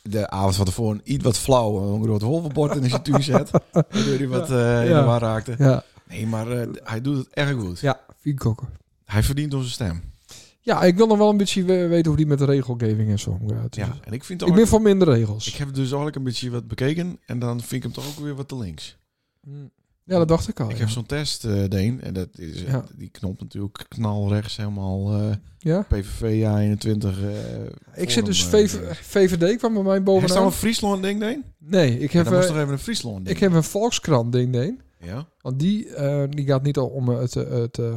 [SPEAKER 4] de avond van tevoren iets wat flauw een groot wolvenbord in de situatie gezet. Waardoor hij wat eh, in de
[SPEAKER 5] Ja.
[SPEAKER 4] war raakte.
[SPEAKER 5] Ja.
[SPEAKER 4] Nee, maar eh, hij doet het erg goed.
[SPEAKER 5] Ja, vier kokken.
[SPEAKER 4] Hij verdient onze stem.
[SPEAKER 5] Ja, ik wil nog wel een beetje we- weten hoe die met de regelgeving en zo omgaat. Dus
[SPEAKER 4] Ja, en ik vind
[SPEAKER 5] ik
[SPEAKER 4] ook,
[SPEAKER 5] ben
[SPEAKER 4] ik,
[SPEAKER 5] van minder regels.
[SPEAKER 4] heb dus eigenlijk een beetje wat bekeken en dan vind ik hem toch ook weer wat te links.
[SPEAKER 5] Hm. Ja, dat dacht ik al.
[SPEAKER 4] Ik
[SPEAKER 5] Oh, ja.
[SPEAKER 4] heb zo'n test eh Deen en dat is eh,
[SPEAKER 5] Ja.
[SPEAKER 4] die knop natuurlijk knalrechts helemaal eh,
[SPEAKER 5] ja?
[SPEAKER 4] PVV ja eh, 21.
[SPEAKER 5] Ik zit dus VV,
[SPEAKER 4] eh,
[SPEAKER 5] VVD kwam bij mij
[SPEAKER 4] Is dat
[SPEAKER 5] bovenaan.
[SPEAKER 4] een Friesland ding Deen?
[SPEAKER 5] Nee, ik
[SPEAKER 4] Ja,
[SPEAKER 5] heb,
[SPEAKER 4] dan moest
[SPEAKER 5] eh,
[SPEAKER 4] toch even een Friesland ding.
[SPEAKER 5] ik heb een Volkskrant ding ding.
[SPEAKER 4] Ja.
[SPEAKER 5] Want die, eh, die gaat niet al om eh, het, eh, het, eh,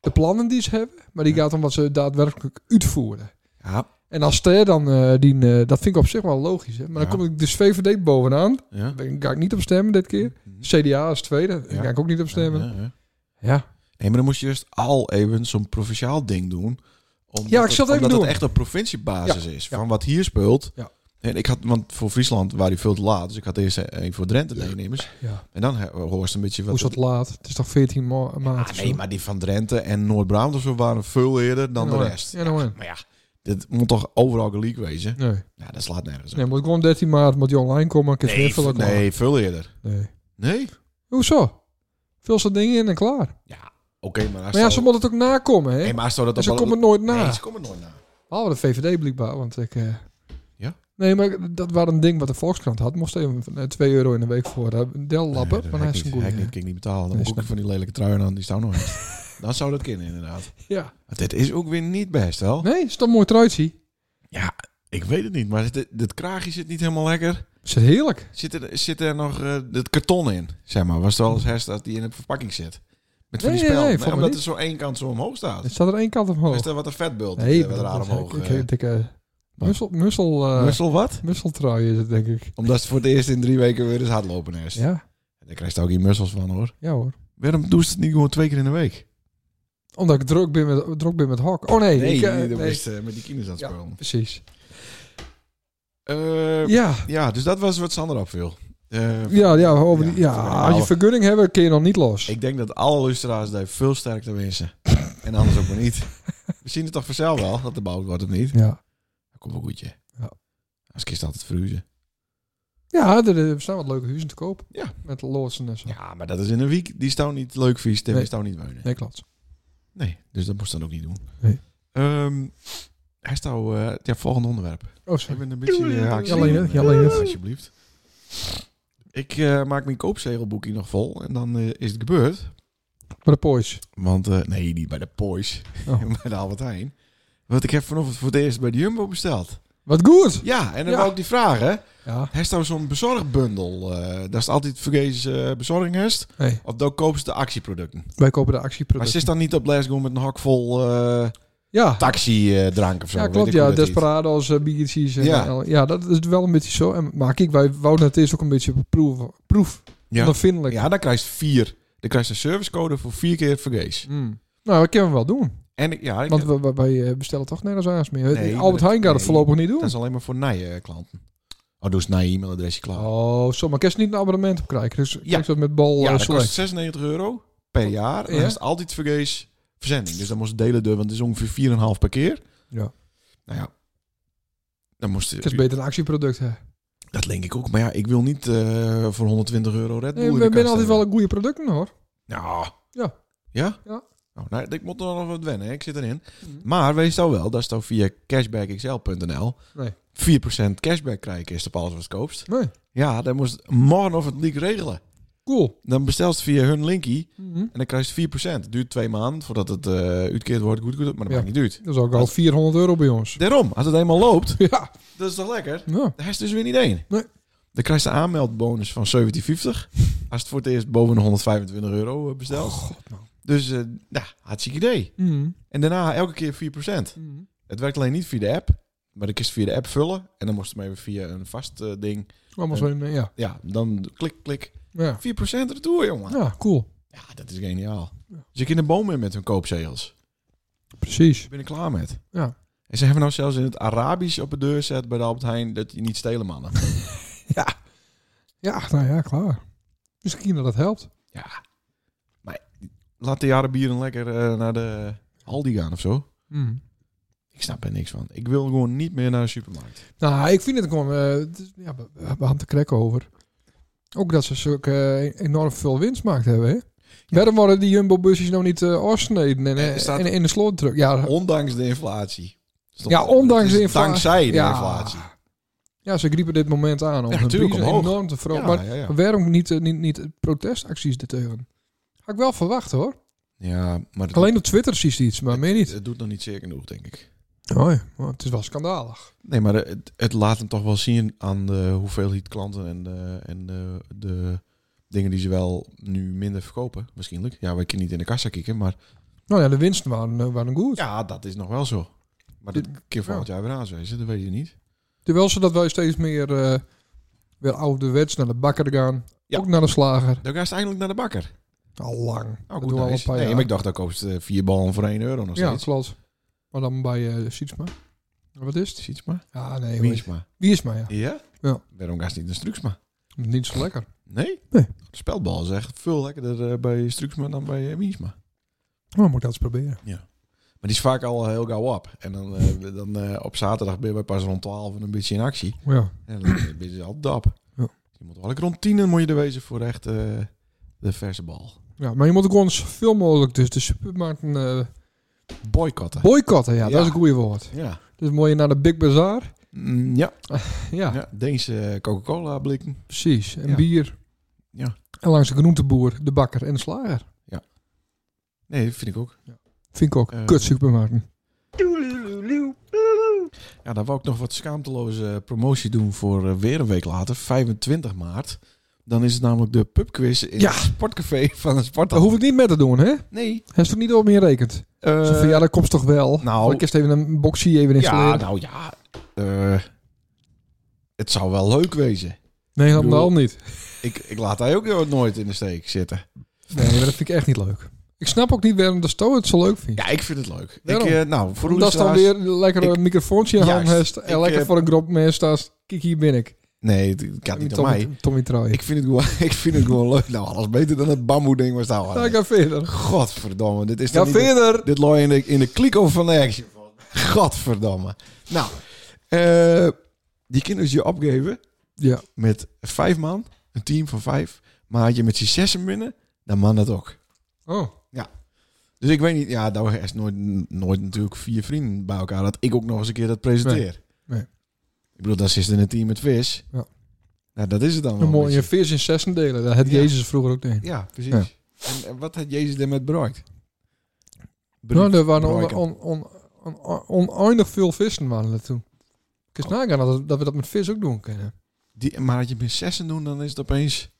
[SPEAKER 5] de plannen die ze hebben, maar die gaat om wat ze daadwerkelijk uitvoeren.
[SPEAKER 4] Ja.
[SPEAKER 5] En als Ster dan eh, die, eh, dat vind ik op zich wel logisch. Hè? Maar
[SPEAKER 4] Ja.
[SPEAKER 5] dan kom ik dus VVD bovenaan.
[SPEAKER 4] Ja.
[SPEAKER 5] Daar ga ik niet op stemmen dit keer. CDA als tweede. Daar
[SPEAKER 4] Mm-hmm. Ja.
[SPEAKER 5] ga ik ook niet op stemmen.
[SPEAKER 4] Ja, ja.
[SPEAKER 5] ja.
[SPEAKER 4] Nee, maar dan moest je eerst al even zo'n provinciaal ding doen. Omdat
[SPEAKER 5] Ja, ik zal het even
[SPEAKER 4] omdat
[SPEAKER 5] doen.
[SPEAKER 4] het echt op provinciebasis is. Van wat hier speelt,
[SPEAKER 5] Ja.
[SPEAKER 4] En ik had, want voor Friesland waren die veel te laat. Dus ik had eerst een voor Drenthe deelnemers.
[SPEAKER 5] Ja.
[SPEAKER 4] En dan he- hoorst een beetje wat...
[SPEAKER 5] Hoe is dat laat? Het is toch 14 ma maart?
[SPEAKER 4] Ah,
[SPEAKER 5] of
[SPEAKER 4] nee,
[SPEAKER 5] zo?
[SPEAKER 4] maar die van Drenthe en Noord-Brabant of zo waren veel eerder dan
[SPEAKER 5] Nou,
[SPEAKER 4] de
[SPEAKER 5] ja.
[SPEAKER 4] rest.
[SPEAKER 5] Ja, nou, ja.
[SPEAKER 4] Maar ja, dit moet toch overal gelijk wezen?
[SPEAKER 5] Nee.
[SPEAKER 4] Nou, dat slaat nergens op.
[SPEAKER 5] nee, moet ik gewoon 13 maart moet je online komen. Ik
[SPEAKER 4] nee,
[SPEAKER 5] veel
[SPEAKER 4] v- nee, veel eerder.
[SPEAKER 5] nee.
[SPEAKER 4] Nee? Oké,
[SPEAKER 5] Hoezo? Vul ze dingen in en klaar.
[SPEAKER 4] maar als
[SPEAKER 5] Maar ja,
[SPEAKER 4] zou-
[SPEAKER 5] ze moeten het ook nakomen, hè?
[SPEAKER 4] Nee, maar als zou dat
[SPEAKER 5] En ze
[SPEAKER 4] op alle-
[SPEAKER 5] komen het nooit na.
[SPEAKER 4] Nee, ze komen nooit na.
[SPEAKER 5] Behalve de VVD blijkbaar, want ik... eh,
[SPEAKER 4] Ja?
[SPEAKER 5] Nee, maar dat was een ding wat de Volkskrant had. Moest even eh, 2 euro in de week voor eh, Del lappen.
[SPEAKER 4] Nee, dat heb
[SPEAKER 5] maar hij
[SPEAKER 4] ik
[SPEAKER 5] is een
[SPEAKER 4] niet-
[SPEAKER 5] goeie.
[SPEAKER 4] heb ik niet, kan ik niet betalen. Dan
[SPEAKER 5] Nee,
[SPEAKER 4] moet ik
[SPEAKER 5] snap
[SPEAKER 4] ook van die lelijke trui aan, die staan nog eens. Dan zou dat kunnen, inderdaad.
[SPEAKER 5] Ja.
[SPEAKER 4] Maar dit is ook weer niet best, wel.
[SPEAKER 5] Nee, is toch een mooi truitje?
[SPEAKER 4] Ik weet het niet, maar dit, dit kraagje zit niet helemaal lekker.
[SPEAKER 5] Zit heerlijk.
[SPEAKER 4] Zit er, zit er nog eh, het karton in, zeg maar. Was het wel eens herst dat die in de verpakking zit? Met van
[SPEAKER 5] Nee,
[SPEAKER 4] die
[SPEAKER 5] nee,
[SPEAKER 4] spel.
[SPEAKER 5] nee,
[SPEAKER 4] Nee,
[SPEAKER 5] voor me
[SPEAKER 4] omdat
[SPEAKER 5] niet.
[SPEAKER 4] er zo één kant zo omhoog staat.
[SPEAKER 5] Er staat er één kant
[SPEAKER 4] Is
[SPEAKER 5] omhoog.
[SPEAKER 4] er wat een vetbult?
[SPEAKER 5] Nee,
[SPEAKER 4] Nee, wat raar omhoog.
[SPEAKER 5] Ik,
[SPEAKER 4] eh.
[SPEAKER 5] ik denk... eh, mussel, mussel, eh,
[SPEAKER 4] Wissel wat?
[SPEAKER 5] musseltrui is het, denk ik.
[SPEAKER 4] Omdat het voor het eerst in drie weken weer eens hardlopen is.
[SPEAKER 5] Ja,
[SPEAKER 4] Daar krijg je ook geen mussels van hoor.
[SPEAKER 5] ja hoor.
[SPEAKER 4] Waarom doe je het niet gewoon twee keer in de week?
[SPEAKER 5] Omdat ik druk ben met, druk ben met hok. Oh nee,
[SPEAKER 4] Nee,
[SPEAKER 5] ik, eh,
[SPEAKER 4] nee, dat
[SPEAKER 5] nee.
[SPEAKER 4] is eh, met die kinderen aan het
[SPEAKER 5] Ja.
[SPEAKER 4] spelen.
[SPEAKER 5] Precies.
[SPEAKER 4] Eh,
[SPEAKER 5] Ja,
[SPEAKER 4] Ja, dus dat was wat Sander opviel. Eh,
[SPEAKER 5] ja, ja, over die-
[SPEAKER 4] Ja,
[SPEAKER 5] ja,
[SPEAKER 4] vergunning
[SPEAKER 5] als je
[SPEAKER 4] houden.
[SPEAKER 5] vergunning hebt, kun je nog niet los.
[SPEAKER 4] Ik denk dat alle luisteraars daar veel sterkte wensen. en anders ook maar niet. We zien het toch vanzelf wel, dat de bouw wordt of niet.
[SPEAKER 5] Ja,
[SPEAKER 4] Kom wel goedje.
[SPEAKER 5] Ja.
[SPEAKER 4] Als kist altijd verhuizen.
[SPEAKER 5] ja er, eh, staan wat leuke huizen te koop.
[SPEAKER 4] Ja.
[SPEAKER 5] Met loodsen en zo.
[SPEAKER 4] Ja, maar dat is in een week. Die staan niet leuk vies, die
[SPEAKER 5] Nee.
[SPEAKER 4] staan niet wonen.
[SPEAKER 5] Nee, klopt.
[SPEAKER 4] Nee, dus dat moest dan ook niet doen.
[SPEAKER 5] Nee.
[SPEAKER 4] Ehm, hij staat eh ja, volgende onderwerp.
[SPEAKER 5] Oh,
[SPEAKER 4] Ik
[SPEAKER 5] sorry.
[SPEAKER 4] ben een beetje eh, haaks in.
[SPEAKER 5] Ja, Lene, ja, Lene.
[SPEAKER 4] Alsjeblieft. Ik eh, maak mijn koopzegelboekje nog vol en dan eh, is het gebeurd.
[SPEAKER 5] Maar de pois.
[SPEAKER 4] Want, eh, nee, niet bij de Poys,
[SPEAKER 5] Oh.
[SPEAKER 4] bij de Albert Heijn. Want ik heb vanochtend voor het eerst bij de Jumbo besteld.
[SPEAKER 5] Wat goed!
[SPEAKER 4] Ja, en dan
[SPEAKER 5] Ja.
[SPEAKER 4] wou ik die vragen.
[SPEAKER 5] Ja,
[SPEAKER 4] Hij staat zo'n bezorgbundel. eh dat is altijd vergezen eh, bezorging heeft.
[SPEAKER 5] nee.
[SPEAKER 4] Of dan kopen ze de actieproducten.
[SPEAKER 5] Wij kopen de
[SPEAKER 4] Maar
[SPEAKER 5] actieproducten.
[SPEAKER 4] ze is dan niet op Glasgow met een hak vol eh,
[SPEAKER 5] Ja.
[SPEAKER 4] taxi-drank of zo.
[SPEAKER 5] ja,
[SPEAKER 4] weet
[SPEAKER 5] klopt.
[SPEAKER 4] ik hoe
[SPEAKER 5] Ja,
[SPEAKER 4] dat heet.
[SPEAKER 5] Desperado's, uh, biertjes. en
[SPEAKER 4] Ja.
[SPEAKER 5] al- ja, dat is wel een beetje zo. En, maar kijk, wij wouden het eerst ook een beetje op proef. Proef.
[SPEAKER 4] Ja.
[SPEAKER 5] Ondervindelijk.
[SPEAKER 4] Ja, dan krijg je vier. Dan krijg je een servicecode voor vier keer vergees.
[SPEAKER 5] Mm. Nou, dat kunnen we wel doen.
[SPEAKER 4] En ik, ja, ik,
[SPEAKER 5] Want we, we- wij eh, bestellen toch nergens aan meer.
[SPEAKER 4] Nee, maar
[SPEAKER 5] Albert
[SPEAKER 4] dat-
[SPEAKER 5] Heijn gaat het
[SPEAKER 4] nee.
[SPEAKER 5] voorlopig niet doen.
[SPEAKER 4] dat is alleen maar voor nije klanten. Oh, dus na je e-mailadresje klaar.
[SPEAKER 5] Oh, zo. Maar kan je niet een abonnement op krijgen. Dus ja. dat met bal
[SPEAKER 4] ja,
[SPEAKER 5] eh,
[SPEAKER 4] dat
[SPEAKER 5] select.
[SPEAKER 4] kost 96 euro per jaar. En
[SPEAKER 5] Ja.
[SPEAKER 4] dan is het altijd vergees verzending. Dus dan moest je delen door, want het is ongeveer 4,5 per keer.
[SPEAKER 5] Ja.
[SPEAKER 4] Nou ja. Dan moest
[SPEAKER 5] Het is beter een actieproduct, hè.
[SPEAKER 4] Dat denk ik ook. Maar ja, ik wil niet eh, voor 120 euro Red Bull
[SPEAKER 5] Nee,
[SPEAKER 4] in
[SPEAKER 5] we
[SPEAKER 4] de
[SPEAKER 5] hebben
[SPEAKER 4] kast
[SPEAKER 5] altijd wel
[SPEAKER 4] hebben.
[SPEAKER 5] een goede producten, hoor.
[SPEAKER 4] Nou.
[SPEAKER 5] Ja.
[SPEAKER 4] Ja?
[SPEAKER 5] Ja. Mhm.
[SPEAKER 4] Oh, nou, ik moet er nog wat wennen. hè. Ik zit erin. Maar wees nou wel, dat is dan via cashbackxl.nl.
[SPEAKER 5] Nee.
[SPEAKER 4] 4% cashback krijgen is op alles wat je koopt.
[SPEAKER 5] Nee.
[SPEAKER 4] Ja, dan moest morgen of het leak regelen.
[SPEAKER 5] Cool.
[SPEAKER 4] Dan bestelst het via hun linkie
[SPEAKER 5] Mhm.
[SPEAKER 4] en dan krijg je 4%. duurt twee maanden voordat het eh uitkeerd wordt. Goed, goed, maar dat
[SPEAKER 5] Ja.
[SPEAKER 4] maakt niet uit.
[SPEAKER 5] Dat is ook al 400 euro bij ons.
[SPEAKER 4] Daarom, als het eenmaal loopt,
[SPEAKER 5] Ja.
[SPEAKER 4] dat is toch lekker?
[SPEAKER 5] ja.
[SPEAKER 4] Daar is dus weer niet één.
[SPEAKER 5] Nee.
[SPEAKER 4] Dan krijg je een aanmeldbonus van 1750. Als het voor het eerst boven de 125 euro eh, bestelt.
[SPEAKER 5] Oh,
[SPEAKER 4] Dus eh ja, hartstikke idee.
[SPEAKER 5] Mhm.
[SPEAKER 4] En daarna elke keer 4%.
[SPEAKER 5] Mhm.
[SPEAKER 4] Het werkt alleen niet via de app. Maar ik kist via de app vullen. En dan moest je hem even via een vast eh, ding.
[SPEAKER 5] Allemaal zo in, eh, ja.
[SPEAKER 4] Ja, dan klik, klik. 4%
[SPEAKER 5] ja.
[SPEAKER 4] retour, jongen.
[SPEAKER 5] Ja, cool.
[SPEAKER 4] Ja, dat is geniaal. Dus Ze kunnen bomen met hun koopzegels.
[SPEAKER 5] Precies.
[SPEAKER 4] Ik ben er klaar met.
[SPEAKER 5] Ja.
[SPEAKER 4] En ze hebben nou zelfs in het Arabisch op de deur zet bij de Albert Heijn... dat je niet stelen, mannen.
[SPEAKER 5] Ja, nou ja, klaar. Misschien dat het helpt.
[SPEAKER 4] ja. Maar laat de Arabieren lekker eh, naar de Aldi gaan of zo.
[SPEAKER 5] Mhm.
[SPEAKER 4] Ik snap er niks van. Ik wil gewoon niet meer naar de supermarkt.
[SPEAKER 5] Nou, ik vind het gewoon... eh, het is- ja, we, we hadden te krek over. Ook dat ze zulke eh, enorm veel winst maakt hebben, hè? Waarom worden die Jumbo-busjes nou niet eh afgesneden en,
[SPEAKER 4] Eh, er
[SPEAKER 5] eh,
[SPEAKER 4] staat-
[SPEAKER 5] en in de sloot drukt? Ja,
[SPEAKER 4] Ondanks de inflatie. Stop.
[SPEAKER 5] Eh. Ja, ondanks
[SPEAKER 4] Het is
[SPEAKER 5] de inflatie.
[SPEAKER 4] Dankzij de
[SPEAKER 5] Ja.
[SPEAKER 4] inflatie.
[SPEAKER 5] ja, ze griepen dit moment aan om
[SPEAKER 4] Ja,
[SPEAKER 5] hun
[SPEAKER 4] tuurlijk,
[SPEAKER 5] prijzen
[SPEAKER 4] omhoog.
[SPEAKER 5] enorm te verhogen.
[SPEAKER 4] Ja,
[SPEAKER 5] maar
[SPEAKER 4] ja, ja.
[SPEAKER 5] waarom niet, eh, niet, niet protestacties ertegen? Had ik wel verwacht, hoor.
[SPEAKER 4] Ja, maar het,
[SPEAKER 5] Alleen op Twitter zie je iets, maar meer niet.
[SPEAKER 4] het doet nog niet zeer genoeg, denk ik.
[SPEAKER 5] Oh, ja, maar het is wel schandalig.
[SPEAKER 4] Nee, maar het, het laat hem toch wel zien aan de hoeveelheid klanten en, de, en de, de dingen die ze wel nu minder verkopen, misschien. Ja, wij kunnen niet in de kassa kicken, maar
[SPEAKER 5] Nou ja, de winsten waren, eh, waren goed.
[SPEAKER 4] ja, dat is nog wel zo. Maar dat keer volgend jaar weer aanwijzen, dat weet je niet.
[SPEAKER 5] Terwijl ze dat wij steeds meer eh weer ouderwets naar de bakker gaan.
[SPEAKER 4] Ja.
[SPEAKER 5] Ook naar de slager.
[SPEAKER 4] Dan ga je eindelijk naar de bakker.
[SPEAKER 5] Al lang.
[SPEAKER 4] Oh,
[SPEAKER 5] dat doen we al een
[SPEAKER 4] nice.
[SPEAKER 5] paar
[SPEAKER 4] Nee,
[SPEAKER 5] jaar.
[SPEAKER 4] eh, maar ik dacht, dat koop je vier ballen voor 1 euro nog
[SPEAKER 5] ja,
[SPEAKER 4] steeds.
[SPEAKER 5] klopt. Maar dan bij eh Sietsma. Wat is het?
[SPEAKER 4] Sietsma?
[SPEAKER 5] Ah, nee. hoor.
[SPEAKER 4] Wiensma.
[SPEAKER 5] Wie is maar, ja.
[SPEAKER 4] Ja?
[SPEAKER 5] Ja.
[SPEAKER 4] Waarom gaat ze niet naar Struksma?
[SPEAKER 5] Niet zo lekker.
[SPEAKER 4] Nee?
[SPEAKER 5] Nee.
[SPEAKER 4] De spelbal is echt veel lekkerder eh, bij Struksma dan bij eh, Wiensma.
[SPEAKER 5] Nou, moet ik dat eens proberen.
[SPEAKER 4] Maar die is vaak al eh, heel gauw op. En dan, eh, dan eh, op zaterdag ben je pas rond 12 en een beetje in actie.
[SPEAKER 5] Ja.
[SPEAKER 4] En dan ben je dus al dap.
[SPEAKER 5] Ja.
[SPEAKER 4] Dus Je moet wel lekker rond 10 en moet je er wezen voor echt eh, de verse bal.
[SPEAKER 5] ja. Maar je moet ook gewoon zoveel mogelijk dus de supermarkten eh,
[SPEAKER 4] Boycotten.
[SPEAKER 5] boycotten. Ja,
[SPEAKER 4] Ja.
[SPEAKER 5] dat is een goede woord.
[SPEAKER 4] ja.
[SPEAKER 5] Dus moet je naar de Big Bazaar.
[SPEAKER 4] Mm, ja.
[SPEAKER 5] Ja,
[SPEAKER 4] ja. Deense eh, Coca-Cola blikken.
[SPEAKER 5] precies. En
[SPEAKER 4] Ja.
[SPEAKER 5] bier.
[SPEAKER 4] Ja.
[SPEAKER 5] En langs de groenteboer, de bakker en de slager.
[SPEAKER 4] Nee, dat vind ik ook.
[SPEAKER 5] Vind ik ook.
[SPEAKER 4] Eh,
[SPEAKER 5] Kut supermarkten.
[SPEAKER 4] Ja, dan wou ik nog wat schaamteloze eh, promotie doen voor eh, weer een week later, 25 maart. Dan is het namelijk de pubquiz in
[SPEAKER 5] Ja.
[SPEAKER 4] het sportcafé van het
[SPEAKER 5] Dat
[SPEAKER 4] Sparta.
[SPEAKER 5] hoef ik niet met te doen, hè?
[SPEAKER 4] Nee.
[SPEAKER 5] Hij is er niet op meer rekent.
[SPEAKER 4] eh,
[SPEAKER 5] Zo van, ja, dat komt toch wel.
[SPEAKER 4] nou-
[SPEAKER 5] Zal ik eerst even een boxie even installeren.
[SPEAKER 4] ja, nou ja. eh, het zou wel leuk wezen.
[SPEAKER 5] nee,
[SPEAKER 4] ik
[SPEAKER 5] dat
[SPEAKER 4] bedoel-
[SPEAKER 5] al niet.
[SPEAKER 4] Ik, ik laat hij ook nooit in de steek zitten.
[SPEAKER 5] Nee, maar dat vind ik echt niet leuk. Ik snap ook niet waarom de Sto het zo leuk vindt.
[SPEAKER 4] Ja, ik vind het leuk. Ik,
[SPEAKER 5] Daarom.
[SPEAKER 4] eh, nou, voor
[SPEAKER 5] dat is dan
[SPEAKER 4] luisteraars-
[SPEAKER 5] weer een lekkere
[SPEAKER 4] ik-
[SPEAKER 5] microfoontje in hand
[SPEAKER 4] Juist.
[SPEAKER 5] heeft en
[SPEAKER 4] Ik,
[SPEAKER 5] lekker
[SPEAKER 4] eh,
[SPEAKER 5] voor een groep mensen staat. Kijk, hier ben ik.
[SPEAKER 4] Nee, het gaat niet om
[SPEAKER 5] Tommy,
[SPEAKER 4] mij.
[SPEAKER 5] Tommy Troy.
[SPEAKER 4] Ik vind, het gewoon, ik vind het gewoon leuk. Nou, alles beter dan het bamboe-ding was nou.
[SPEAKER 5] Ja, ga verder.
[SPEAKER 4] Godverdomme, dit is
[SPEAKER 5] Ga
[SPEAKER 4] toch niet... de-
[SPEAKER 5] verder.
[SPEAKER 4] Dit looi in de, in de kliko van de action. Godverdamme. Nou, eh, die kinderen je opgeven
[SPEAKER 5] Ja,
[SPEAKER 4] met vijf man, een team van vijf. Maar had je met z'n zessen binnen, dan man dat ook.
[SPEAKER 5] oh.
[SPEAKER 4] Dus ik weet niet, ja, daar is nooit, nooit natuurlijk vier vrienden bij elkaar. Dat ik ook nog eens een keer dat presenteer.
[SPEAKER 5] Nee. Nee.
[SPEAKER 4] Ik bedoel, dan zit in een team met vis.
[SPEAKER 5] Ja.
[SPEAKER 4] Nou, dat is het dan wel.
[SPEAKER 5] Een
[SPEAKER 4] een
[SPEAKER 5] mooie
[SPEAKER 4] beetje.
[SPEAKER 5] vis in zessen delen. Dat had
[SPEAKER 4] Ja.
[SPEAKER 5] Jezus vroeger ook deed.
[SPEAKER 4] Ja, precies.
[SPEAKER 5] Ja.
[SPEAKER 4] En, en wat had Jezus daarmee bereikt?
[SPEAKER 5] Nou, er waren on,
[SPEAKER 4] Bereiken.
[SPEAKER 5] on, on, on, on- oneindig veel vissen waren er toen.
[SPEAKER 4] Oh.
[SPEAKER 5] Ik eens nagaan dat, dat we dat met vis ook doen kunnen.
[SPEAKER 4] Die, maar had je met zessen doen, dan is het opeens...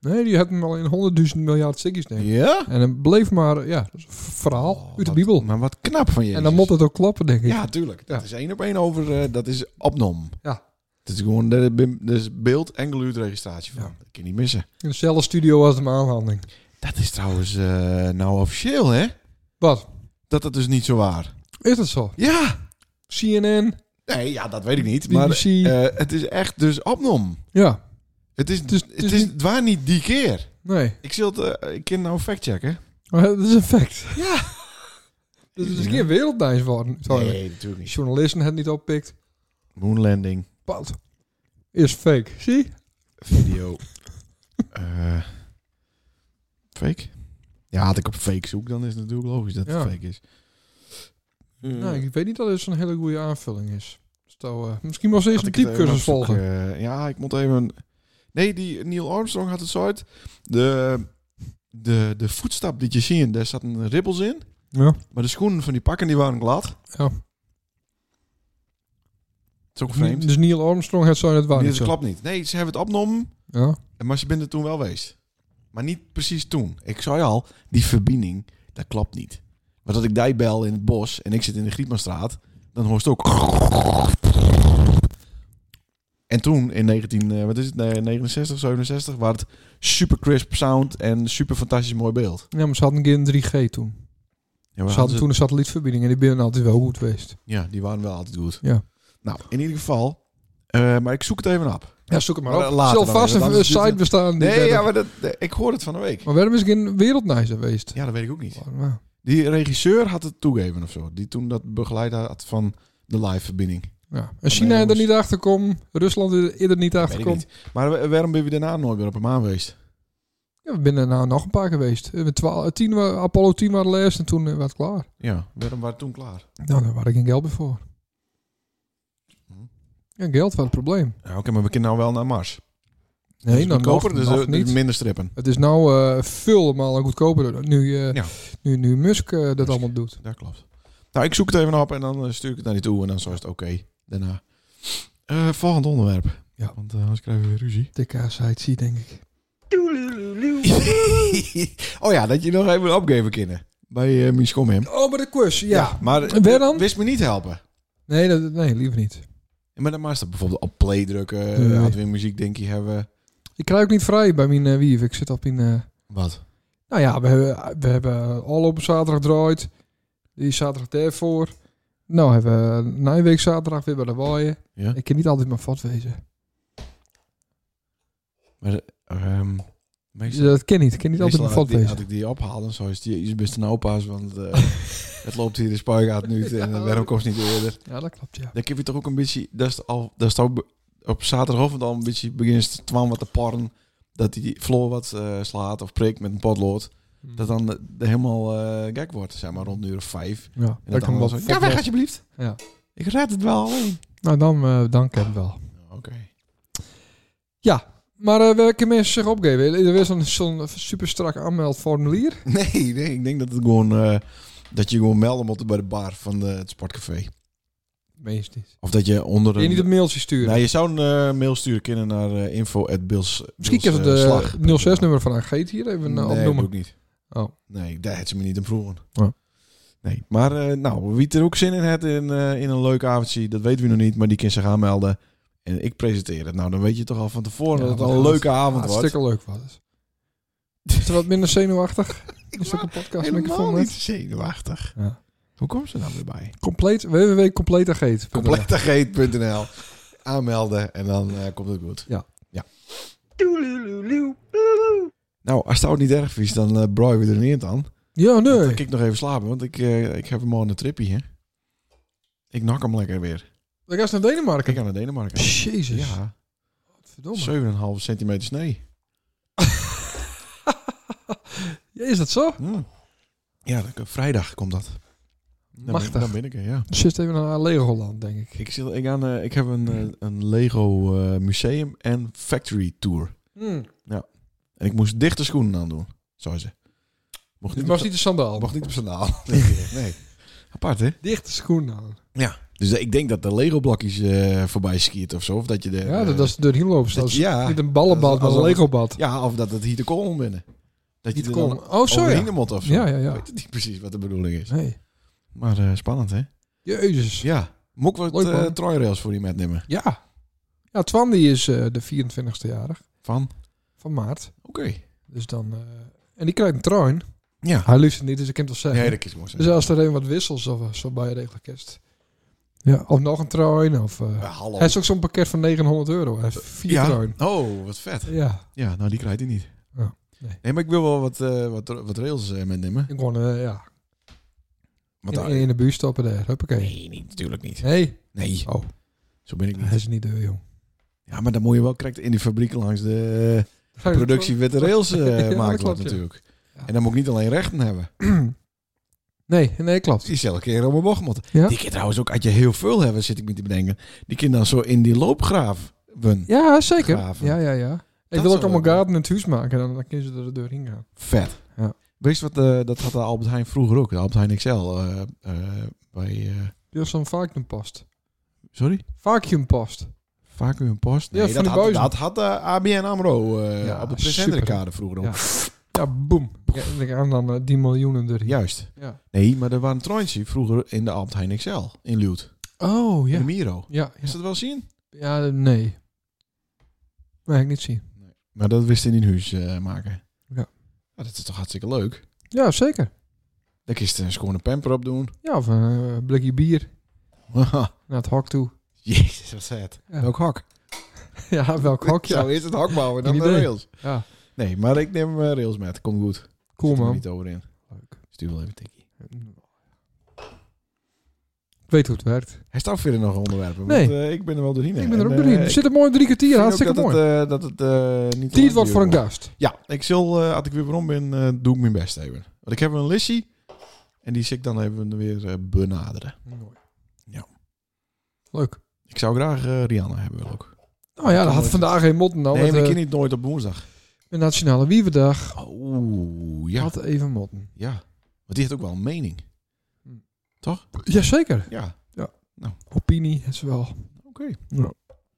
[SPEAKER 5] Nee, die hadden al in honderdduizend miljard ziggies denk ik.
[SPEAKER 4] Ja?
[SPEAKER 5] En het bleef maar, ja, dat is een verhaal
[SPEAKER 4] Oh,
[SPEAKER 5] uit de
[SPEAKER 4] wat-
[SPEAKER 5] Bijbel.
[SPEAKER 4] Maar wat knap van je.
[SPEAKER 5] En dan moet het ook kloppen, denk ik.
[SPEAKER 4] Ja, tuurlijk. Dat
[SPEAKER 5] Ja.
[SPEAKER 4] is één op één over. eh, dat is opnom.
[SPEAKER 5] Ja.
[SPEAKER 4] Dat is gewoon dat is- dat is beeld- en geluidregistratie van.
[SPEAKER 5] Ja.
[SPEAKER 4] Dat kun je niet missen.
[SPEAKER 5] In dezelfde studio als de aanhandeling.
[SPEAKER 4] Dat is trouwens eh, nou officieel, hè?
[SPEAKER 5] Wat?
[SPEAKER 4] Dat dat dus niet zo waar.
[SPEAKER 5] Is dat zo?
[SPEAKER 4] Ja.
[SPEAKER 5] CNN,
[SPEAKER 4] Nee, ja, dat weet ik niet.
[SPEAKER 5] BBC.
[SPEAKER 4] Maar eh, het is echt dus opnom.
[SPEAKER 5] ja,
[SPEAKER 4] Het is,
[SPEAKER 5] is-
[SPEAKER 4] het
[SPEAKER 5] het
[SPEAKER 4] is,
[SPEAKER 5] is
[SPEAKER 4] het waar niet die keer.
[SPEAKER 5] nee.
[SPEAKER 4] Ik zal het, eh, ik kan nou factchecken.
[SPEAKER 5] Maar dat is een fact.
[SPEAKER 4] Ja.
[SPEAKER 5] Dus het is geen wereldnieuws worden. uiteindelijk.
[SPEAKER 4] natuurlijk niet.
[SPEAKER 5] Journalisten het niet oppikt.
[SPEAKER 4] Moonlanding
[SPEAKER 5] Pat. Is fake. Zie?
[SPEAKER 4] video. Eh, fake? Ja, had ik op fake zoek, dan is het natuurlijk logisch dat
[SPEAKER 5] Ja.
[SPEAKER 4] het fake is.
[SPEAKER 5] Nou, ik weet niet dat dit zo'n hele goede aanvulling is. Stel, eh, misschien was ze eerst
[SPEAKER 4] Had
[SPEAKER 5] een
[SPEAKER 4] ik het even
[SPEAKER 5] typecursus
[SPEAKER 4] opzoeken.
[SPEAKER 5] volgen.
[SPEAKER 4] Eh, ja, ik moet even. Nee, die Neil Armstrong had het zo uit. De, de, de voetstap die je ziet, daar zaten ribbels in.
[SPEAKER 5] Ja.
[SPEAKER 4] Maar de schoenen van die pakken die waren glad.
[SPEAKER 5] Ja.
[SPEAKER 4] Het is ook vreemd.
[SPEAKER 5] Dus Neil Armstrong had zo net waar.
[SPEAKER 4] Nee,
[SPEAKER 5] niet
[SPEAKER 4] dat
[SPEAKER 5] zo.
[SPEAKER 4] klopt niet. Nee, ze hebben het opgenomen.
[SPEAKER 5] Ja.
[SPEAKER 4] Maar ze bent er toen wel geweest. Maar niet precies toen. Ik zei al, die verbinding, dat klopt niet. Want als ik die bel in het bos en ik zit in de Grietmanstraat, dan hoort het ook... En toen, in 19, eh, wat is het, nee, 69, 67, was het super crisp sound en super fantastisch mooi beeld.
[SPEAKER 5] ja, maar ze hadden geen 3G toen.
[SPEAKER 4] Ja,
[SPEAKER 5] Ze hadden toen een satellietverbinding en die binnen altijd wel goed geweest.
[SPEAKER 4] ja, die waren wel altijd goed.
[SPEAKER 5] Ja.
[SPEAKER 4] Nou, in ieder geval, eh, maar ik zoek het even op.
[SPEAKER 5] Ja, zoek het
[SPEAKER 4] Maar
[SPEAKER 5] maar op.
[SPEAKER 4] later
[SPEAKER 5] Zal
[SPEAKER 4] dan
[SPEAKER 5] vast
[SPEAKER 4] weer,
[SPEAKER 5] een
[SPEAKER 4] want
[SPEAKER 5] eh,
[SPEAKER 4] anders is
[SPEAKER 5] site
[SPEAKER 4] het-
[SPEAKER 5] bestaan. die
[SPEAKER 4] Nee,
[SPEAKER 5] verder-
[SPEAKER 4] ja, maar dat, eh, ik hoorde het van de week.
[SPEAKER 5] Maar waarom is geen wereldnieuws geweest?
[SPEAKER 4] Ja, dat weet ik ook niet.
[SPEAKER 5] Nou,
[SPEAKER 4] Die regisseur had het toegeven of zo. Die toen dat begeleid had van de live verbinding.
[SPEAKER 5] Ja. En China
[SPEAKER 4] jongens.
[SPEAKER 5] er niet achter komt, Rusland er er niet
[SPEAKER 4] Weet
[SPEAKER 5] achter
[SPEAKER 4] ik
[SPEAKER 5] komt.
[SPEAKER 4] niet. Maar wa- waarom ben je daarna nooit weer op een maan geweest?
[SPEAKER 5] Ja, we binnen nou nog een paar geweest. Eh, Met 12, 10, wa- Apollo 10 waren les en toen eh, was het klaar.
[SPEAKER 4] Ja, waarom waren we toen klaar?
[SPEAKER 5] Nou, daar had ik geen geld meer voor.
[SPEAKER 4] Hm.
[SPEAKER 5] Ja, geld was het probleem.
[SPEAKER 4] Ja, Oké, maar we kunnen nou wel naar Mars.
[SPEAKER 5] Nee,
[SPEAKER 4] dat is
[SPEAKER 5] nou,
[SPEAKER 4] goedkoper,
[SPEAKER 5] nog,
[SPEAKER 4] dus,
[SPEAKER 5] nog
[SPEAKER 4] eh,
[SPEAKER 5] niet.
[SPEAKER 4] dus minder strippen.
[SPEAKER 5] het is nou eh veel maal goedkoper nu, eh,
[SPEAKER 4] Ja.
[SPEAKER 5] nu, nu Musk eh, dat
[SPEAKER 4] Musk.
[SPEAKER 5] allemaal doet.
[SPEAKER 4] Dat klopt. Nou, ik zoek het even op en dan eh, stuur ik het naar die toe. En dan zo is het oké. Daarna. Eh, volgend onderwerp.
[SPEAKER 5] Ja.
[SPEAKER 4] Want eh, anders krijgen we weer ruzie.
[SPEAKER 5] Dikke site zie denk ik.
[SPEAKER 4] oh ja, dat je nog even opgeven kunnen. Bij eh Mies Komhem.
[SPEAKER 5] Oh, maar de quiz, ja.
[SPEAKER 4] maar
[SPEAKER 5] En waar dan?
[SPEAKER 4] wist me niet helpen.
[SPEAKER 5] Nee, dat, nee, liever niet.
[SPEAKER 4] Ja, Maar dan maakt het bijvoorbeeld op play drukken.
[SPEAKER 5] Nee.
[SPEAKER 4] eh, Had weer muziek, denk je, hebben.
[SPEAKER 5] Ik krijg ook niet vrij bij mijn eh, wief. Ik zit op in... eh,
[SPEAKER 4] Wat?
[SPEAKER 5] Nou ja, we hebben, we hebben al op zaterdag draait. Die zaterdag daarvoor. Nou hebben we Nijweek zaterdag weer bij de waaien.
[SPEAKER 4] Ja.
[SPEAKER 5] Ik kan niet altijd mijn vat wezen.
[SPEAKER 4] Maar ehm meestal,
[SPEAKER 5] Dus Dat kan niet. Ik kan niet altijd
[SPEAKER 4] meestal had, ik
[SPEAKER 5] mijn vat
[SPEAKER 4] die,
[SPEAKER 5] wezen.
[SPEAKER 4] had ik die ophalen, zoals die is best een opa's, want eh, het loopt hier de spuigaat nu en
[SPEAKER 5] Ja.
[SPEAKER 4] waarom komt het niet eerder?
[SPEAKER 5] Ja, dat klopt, ja.
[SPEAKER 4] Dan heb je toch ook een beetje, dat is al, dat is toch be- op zaterdagochtend al een beetje begint het twaan wat te parren, dat die floor wat eh, slaat of prikt met een potlood, dat dan de, de helemaal eh, gek wordt, zeg maar rond een uur of vijf. En
[SPEAKER 5] Ja,
[SPEAKER 4] dat
[SPEAKER 5] dat
[SPEAKER 4] dan
[SPEAKER 5] kan
[SPEAKER 4] wel
[SPEAKER 5] wel.
[SPEAKER 4] zo, ja, weg alsjeblieft.
[SPEAKER 5] Ja.
[SPEAKER 4] Ik red het wel alleen.
[SPEAKER 5] Nou, dan, eh dan kan het wel.
[SPEAKER 4] Oké.
[SPEAKER 5] Maar eh, welke mensen zich opgeven? Er is zo'n, zo'n super strak aanmeldformulier.
[SPEAKER 4] Nee, nee, ik denk dat het gewoon eh, dat je gewoon melden moet bij de bar van de, het sportcafé.
[SPEAKER 5] Meest niet.
[SPEAKER 4] Of dat je onder
[SPEAKER 5] Kun je niet
[SPEAKER 4] een.
[SPEAKER 5] een mailtje sturen?
[SPEAKER 4] Nou, je zou een eh, mail sturen kunnen naar eh info at Bils.
[SPEAKER 5] Misschien kunnen
[SPEAKER 4] Bils, eh,
[SPEAKER 5] ze
[SPEAKER 4] Slag.
[SPEAKER 5] de 06-nummer van AG hier even eh,
[SPEAKER 4] Nee,
[SPEAKER 5] opnoemen.
[SPEAKER 4] ook niet.
[SPEAKER 5] Oh.
[SPEAKER 4] Nee, daar had ze me niet om vroegen.
[SPEAKER 5] Ja.
[SPEAKER 4] Nee, maar eh, nou, wie er ook zin in heeft in, eh, in een leuk avondje, dat weten we nog niet, maar die kan zich aanmelden. En ik presenteer het. Nou, dan weet je toch al van tevoren
[SPEAKER 5] Ja,
[SPEAKER 4] dat het
[SPEAKER 5] maar
[SPEAKER 4] al een
[SPEAKER 5] dat-
[SPEAKER 4] leuke avond wordt.
[SPEAKER 5] Ah, Hartstikke leuk was het. Is er wat minder zenuwachtig? Is ook een podcast
[SPEAKER 4] Helemaal
[SPEAKER 5] microfoon
[SPEAKER 4] niet
[SPEAKER 5] met?
[SPEAKER 4] zenuwachtig.
[SPEAKER 5] Ja.
[SPEAKER 4] Hoe komt ze nou weer bij?
[SPEAKER 5] Compleet, www.compleetagent.nl.
[SPEAKER 4] Compleetageet.nl. Aanmelden en dan eh, komt het goed.
[SPEAKER 5] Ja.
[SPEAKER 4] ja. Nou, als het niet erg is, dan eh braaien we er niet in aan.
[SPEAKER 5] Ja,
[SPEAKER 4] Dan
[SPEAKER 5] nee.
[SPEAKER 4] kan ik nog even slapen, want ik, eh, ik heb hem al een trippie, hè. Ik nak hem lekker weer.
[SPEAKER 5] Dan ga je naar
[SPEAKER 4] Kijk
[SPEAKER 5] Denemarken.
[SPEAKER 4] aan naar Denemarken.
[SPEAKER 5] Jezus.
[SPEAKER 4] Ja,
[SPEAKER 5] Verdomme.
[SPEAKER 4] 7,5 centimeter snee.
[SPEAKER 5] Ja, is dat zo?
[SPEAKER 4] Hm. Ja, dan, vrijdag komt dat. Dan ben-
[SPEAKER 5] Machtig.
[SPEAKER 4] Dan ben ik er, ja.
[SPEAKER 5] Dan zit even naar Legoland, denk ik.
[SPEAKER 4] Ik, zit, ik, aan, eh, ik heb een, eh, een Lego eh, museum en factory tour.
[SPEAKER 5] Hmm.
[SPEAKER 4] En ik moest dichte schoenen aandoen, zou ze. Mocht
[SPEAKER 5] Dit
[SPEAKER 4] niet,
[SPEAKER 5] was
[SPEAKER 4] op,
[SPEAKER 5] niet de sandaal.
[SPEAKER 4] mocht niet op sandaal. nee. Apart, hè?
[SPEAKER 5] Dichte schoen aan.
[SPEAKER 4] Dus ik denk dat de Lego-blokjes eh, voorbij skiert of zo. Of dat je de,
[SPEAKER 5] Ja, dat, dat is doorheen lopen. Dat
[SPEAKER 4] Eh, dat
[SPEAKER 5] is
[SPEAKER 4] je- ja.
[SPEAKER 5] niet een ballenbad,
[SPEAKER 4] Dat
[SPEAKER 5] maar
[SPEAKER 4] is
[SPEAKER 5] een
[SPEAKER 4] alsof-
[SPEAKER 5] legobad.
[SPEAKER 4] Ja, of dat het hier de kolom binnen. Dat
[SPEAKER 5] Niet
[SPEAKER 4] je
[SPEAKER 5] kon. Oh, zo
[SPEAKER 4] Sorry.
[SPEAKER 5] ja.
[SPEAKER 4] moet of zo.
[SPEAKER 5] Ja, ja, ja.
[SPEAKER 4] Ik weet het niet precies wat de bedoeling is.
[SPEAKER 5] Nee.
[SPEAKER 4] Maar eh, spannend, hè?
[SPEAKER 5] Jezus.
[SPEAKER 4] Ja. Moet ik wat
[SPEAKER 5] Leuk, man.
[SPEAKER 4] eh trooirails voor die metnemen?
[SPEAKER 5] Ja. Ja, Twan die is eh, de 24e jarig
[SPEAKER 4] Van?
[SPEAKER 5] van maart.
[SPEAKER 4] Oké.
[SPEAKER 5] Dus dan... eh, en die krijgt een troin.
[SPEAKER 4] Ja. eh,
[SPEAKER 5] Hij liefst het niet, dus ik kan het wel zeggen.
[SPEAKER 4] Nee, dat is mooi.
[SPEAKER 5] dus als er even wat wissels of zo bij je regel kerst. Ja, of nog een troin. Of, eh,
[SPEAKER 4] Ja, hallo.
[SPEAKER 5] Hij is ook zo'n pakket van 900 euro. Hij heeft vier
[SPEAKER 4] ja.
[SPEAKER 5] troin.
[SPEAKER 4] Oh, wat vet.
[SPEAKER 5] Ja.
[SPEAKER 4] Ja, nou die krijgt hij niet.
[SPEAKER 5] Oh, nee.
[SPEAKER 4] maar ik wil wel wat, eh, wat, wat rails eh, metnemen.
[SPEAKER 5] Ik gewoon, eh, ja.
[SPEAKER 4] Want
[SPEAKER 5] in,
[SPEAKER 4] daar-
[SPEAKER 5] in de buurt stoppen daar. Huppakee.
[SPEAKER 4] Nee, niet, natuurlijk niet.
[SPEAKER 5] Nee.
[SPEAKER 4] Nee,
[SPEAKER 5] Oh,
[SPEAKER 4] zo ben ik
[SPEAKER 5] hij
[SPEAKER 4] niet.
[SPEAKER 5] is niet de jong.
[SPEAKER 4] Ja, maar dan moet je wel correct in die fabriek langs de eh, productie witte rails eh,
[SPEAKER 5] Ja, dat
[SPEAKER 4] maken
[SPEAKER 5] klopt,
[SPEAKER 4] wordt
[SPEAKER 5] ja.
[SPEAKER 4] natuurlijk.
[SPEAKER 5] Ja.
[SPEAKER 4] En dan moet ik niet alleen rechten hebben.
[SPEAKER 5] Nee, nee, klopt.
[SPEAKER 4] Die zelf een keer om mijn bocht moeten.
[SPEAKER 5] Ja.
[SPEAKER 4] Die kan trouwens ook, als je heel veel hebben, zit ik me te bedenken. Die kan dan zo in die loopgraaf. wun.
[SPEAKER 5] Ja, zeker.
[SPEAKER 4] Graven.
[SPEAKER 5] Ja, ja, ja. Ik
[SPEAKER 4] Dat
[SPEAKER 5] wil ook
[SPEAKER 4] zou
[SPEAKER 5] allemaal
[SPEAKER 4] leuk
[SPEAKER 5] gaten in het huis maken. Dan, dan kunnen ze er de deur in gaan.
[SPEAKER 4] Vet.
[SPEAKER 5] Ja.
[SPEAKER 4] Weet je wat, eh, dat had de Albert Heijn vroeger ook. De Albert Heijn XL. eh, eh, bij, eh,
[SPEAKER 5] Die was zo'n vacuumpost.
[SPEAKER 4] sorry?
[SPEAKER 5] Vacuumpost.
[SPEAKER 4] Vacuumpost?
[SPEAKER 5] Ja, van
[SPEAKER 4] dat,
[SPEAKER 5] die
[SPEAKER 4] had,
[SPEAKER 5] buizen.
[SPEAKER 4] dat had eh, de ABN AMRO eh,
[SPEAKER 5] Ja,
[SPEAKER 4] op de
[SPEAKER 5] super.
[SPEAKER 4] presenterkade vroeger ook.
[SPEAKER 5] Ja. Ja, boem. Ja, en dan gaan dan eh, die miljoenen erin.
[SPEAKER 4] Juist.
[SPEAKER 5] Ja.
[SPEAKER 4] Nee, maar er waren een troontje vroeger in de Albert Heijn XL. In Luut.
[SPEAKER 5] Oh,
[SPEAKER 4] In
[SPEAKER 5] ja.
[SPEAKER 4] de Miro.
[SPEAKER 5] Ja,
[SPEAKER 4] Is
[SPEAKER 5] ja.
[SPEAKER 4] dat wel zien?
[SPEAKER 5] ja nee. Nee, ik niet zien.
[SPEAKER 4] Maar dat wist hij niet in huis eh, maken.
[SPEAKER 5] Ja.
[SPEAKER 4] Nou, dat is toch hartstikke leuk.
[SPEAKER 5] Ja, zeker.
[SPEAKER 4] Dan kun je er een schone pamper op doen.
[SPEAKER 5] Ja, of een eh, blikje bier naar het hok toe.
[SPEAKER 4] Jezus, wat zet.
[SPEAKER 5] Ja.
[SPEAKER 4] Welk hak?
[SPEAKER 5] Ja, welk hok?
[SPEAKER 4] Zo
[SPEAKER 5] Ja.
[SPEAKER 4] is het hakbouwen dan
[SPEAKER 5] Geen
[SPEAKER 4] de
[SPEAKER 5] idee.
[SPEAKER 4] rails.
[SPEAKER 5] ja.
[SPEAKER 4] Nee, maar ik neem eh, rails met. Komt goed. Zit
[SPEAKER 5] Cool,
[SPEAKER 4] er
[SPEAKER 5] man.
[SPEAKER 4] niet over in.
[SPEAKER 5] Leuk.
[SPEAKER 4] Stuur wel even een tikkie.
[SPEAKER 5] Ik weet hoe het werkt.
[SPEAKER 4] Hij staat verder nog onderwerpen.
[SPEAKER 5] Nee.
[SPEAKER 4] Want, eh, ik ben er wel doorheen. hè.
[SPEAKER 5] Ik ben er ook
[SPEAKER 4] En,
[SPEAKER 5] doorheen.
[SPEAKER 4] eh,
[SPEAKER 5] Er zit een mooi drie
[SPEAKER 4] ik
[SPEAKER 5] kwartier.
[SPEAKER 4] vind
[SPEAKER 5] Hartstikke
[SPEAKER 4] ook dat
[SPEAKER 5] mooi.
[SPEAKER 4] Het, eh, dat het eh, niet te
[SPEAKER 5] Die
[SPEAKER 4] lang
[SPEAKER 5] het wordt voor een
[SPEAKER 4] duurt.
[SPEAKER 5] gast.
[SPEAKER 4] Ja, ik zal, eh, als ik weer rond ben, eh, doe ik mijn best even. Want ik heb een lissie. En die zit ik dan even weer eh, benaderen.
[SPEAKER 5] Mooi.
[SPEAKER 4] Ja.
[SPEAKER 5] Leuk.
[SPEAKER 4] Ik zou graag eh, Rihanna hebben wel ook.
[SPEAKER 5] Nou ja, dat had
[SPEAKER 4] Nooit.
[SPEAKER 5] vandaag geen mot. Nou,
[SPEAKER 4] nee,
[SPEAKER 5] met,
[SPEAKER 4] maar ik
[SPEAKER 5] eh,
[SPEAKER 4] ken niet nooit op woensdag.
[SPEAKER 5] de Nationale Wieverdag
[SPEAKER 4] Oeh, ja.
[SPEAKER 5] had even motten.
[SPEAKER 4] Ja. Want die heeft ook wel een mening.
[SPEAKER 5] Hm.
[SPEAKER 4] Toch?
[SPEAKER 5] Jazeker.
[SPEAKER 4] Ja.
[SPEAKER 5] Opinie is wel.
[SPEAKER 4] Oké.
[SPEAKER 5] Ja.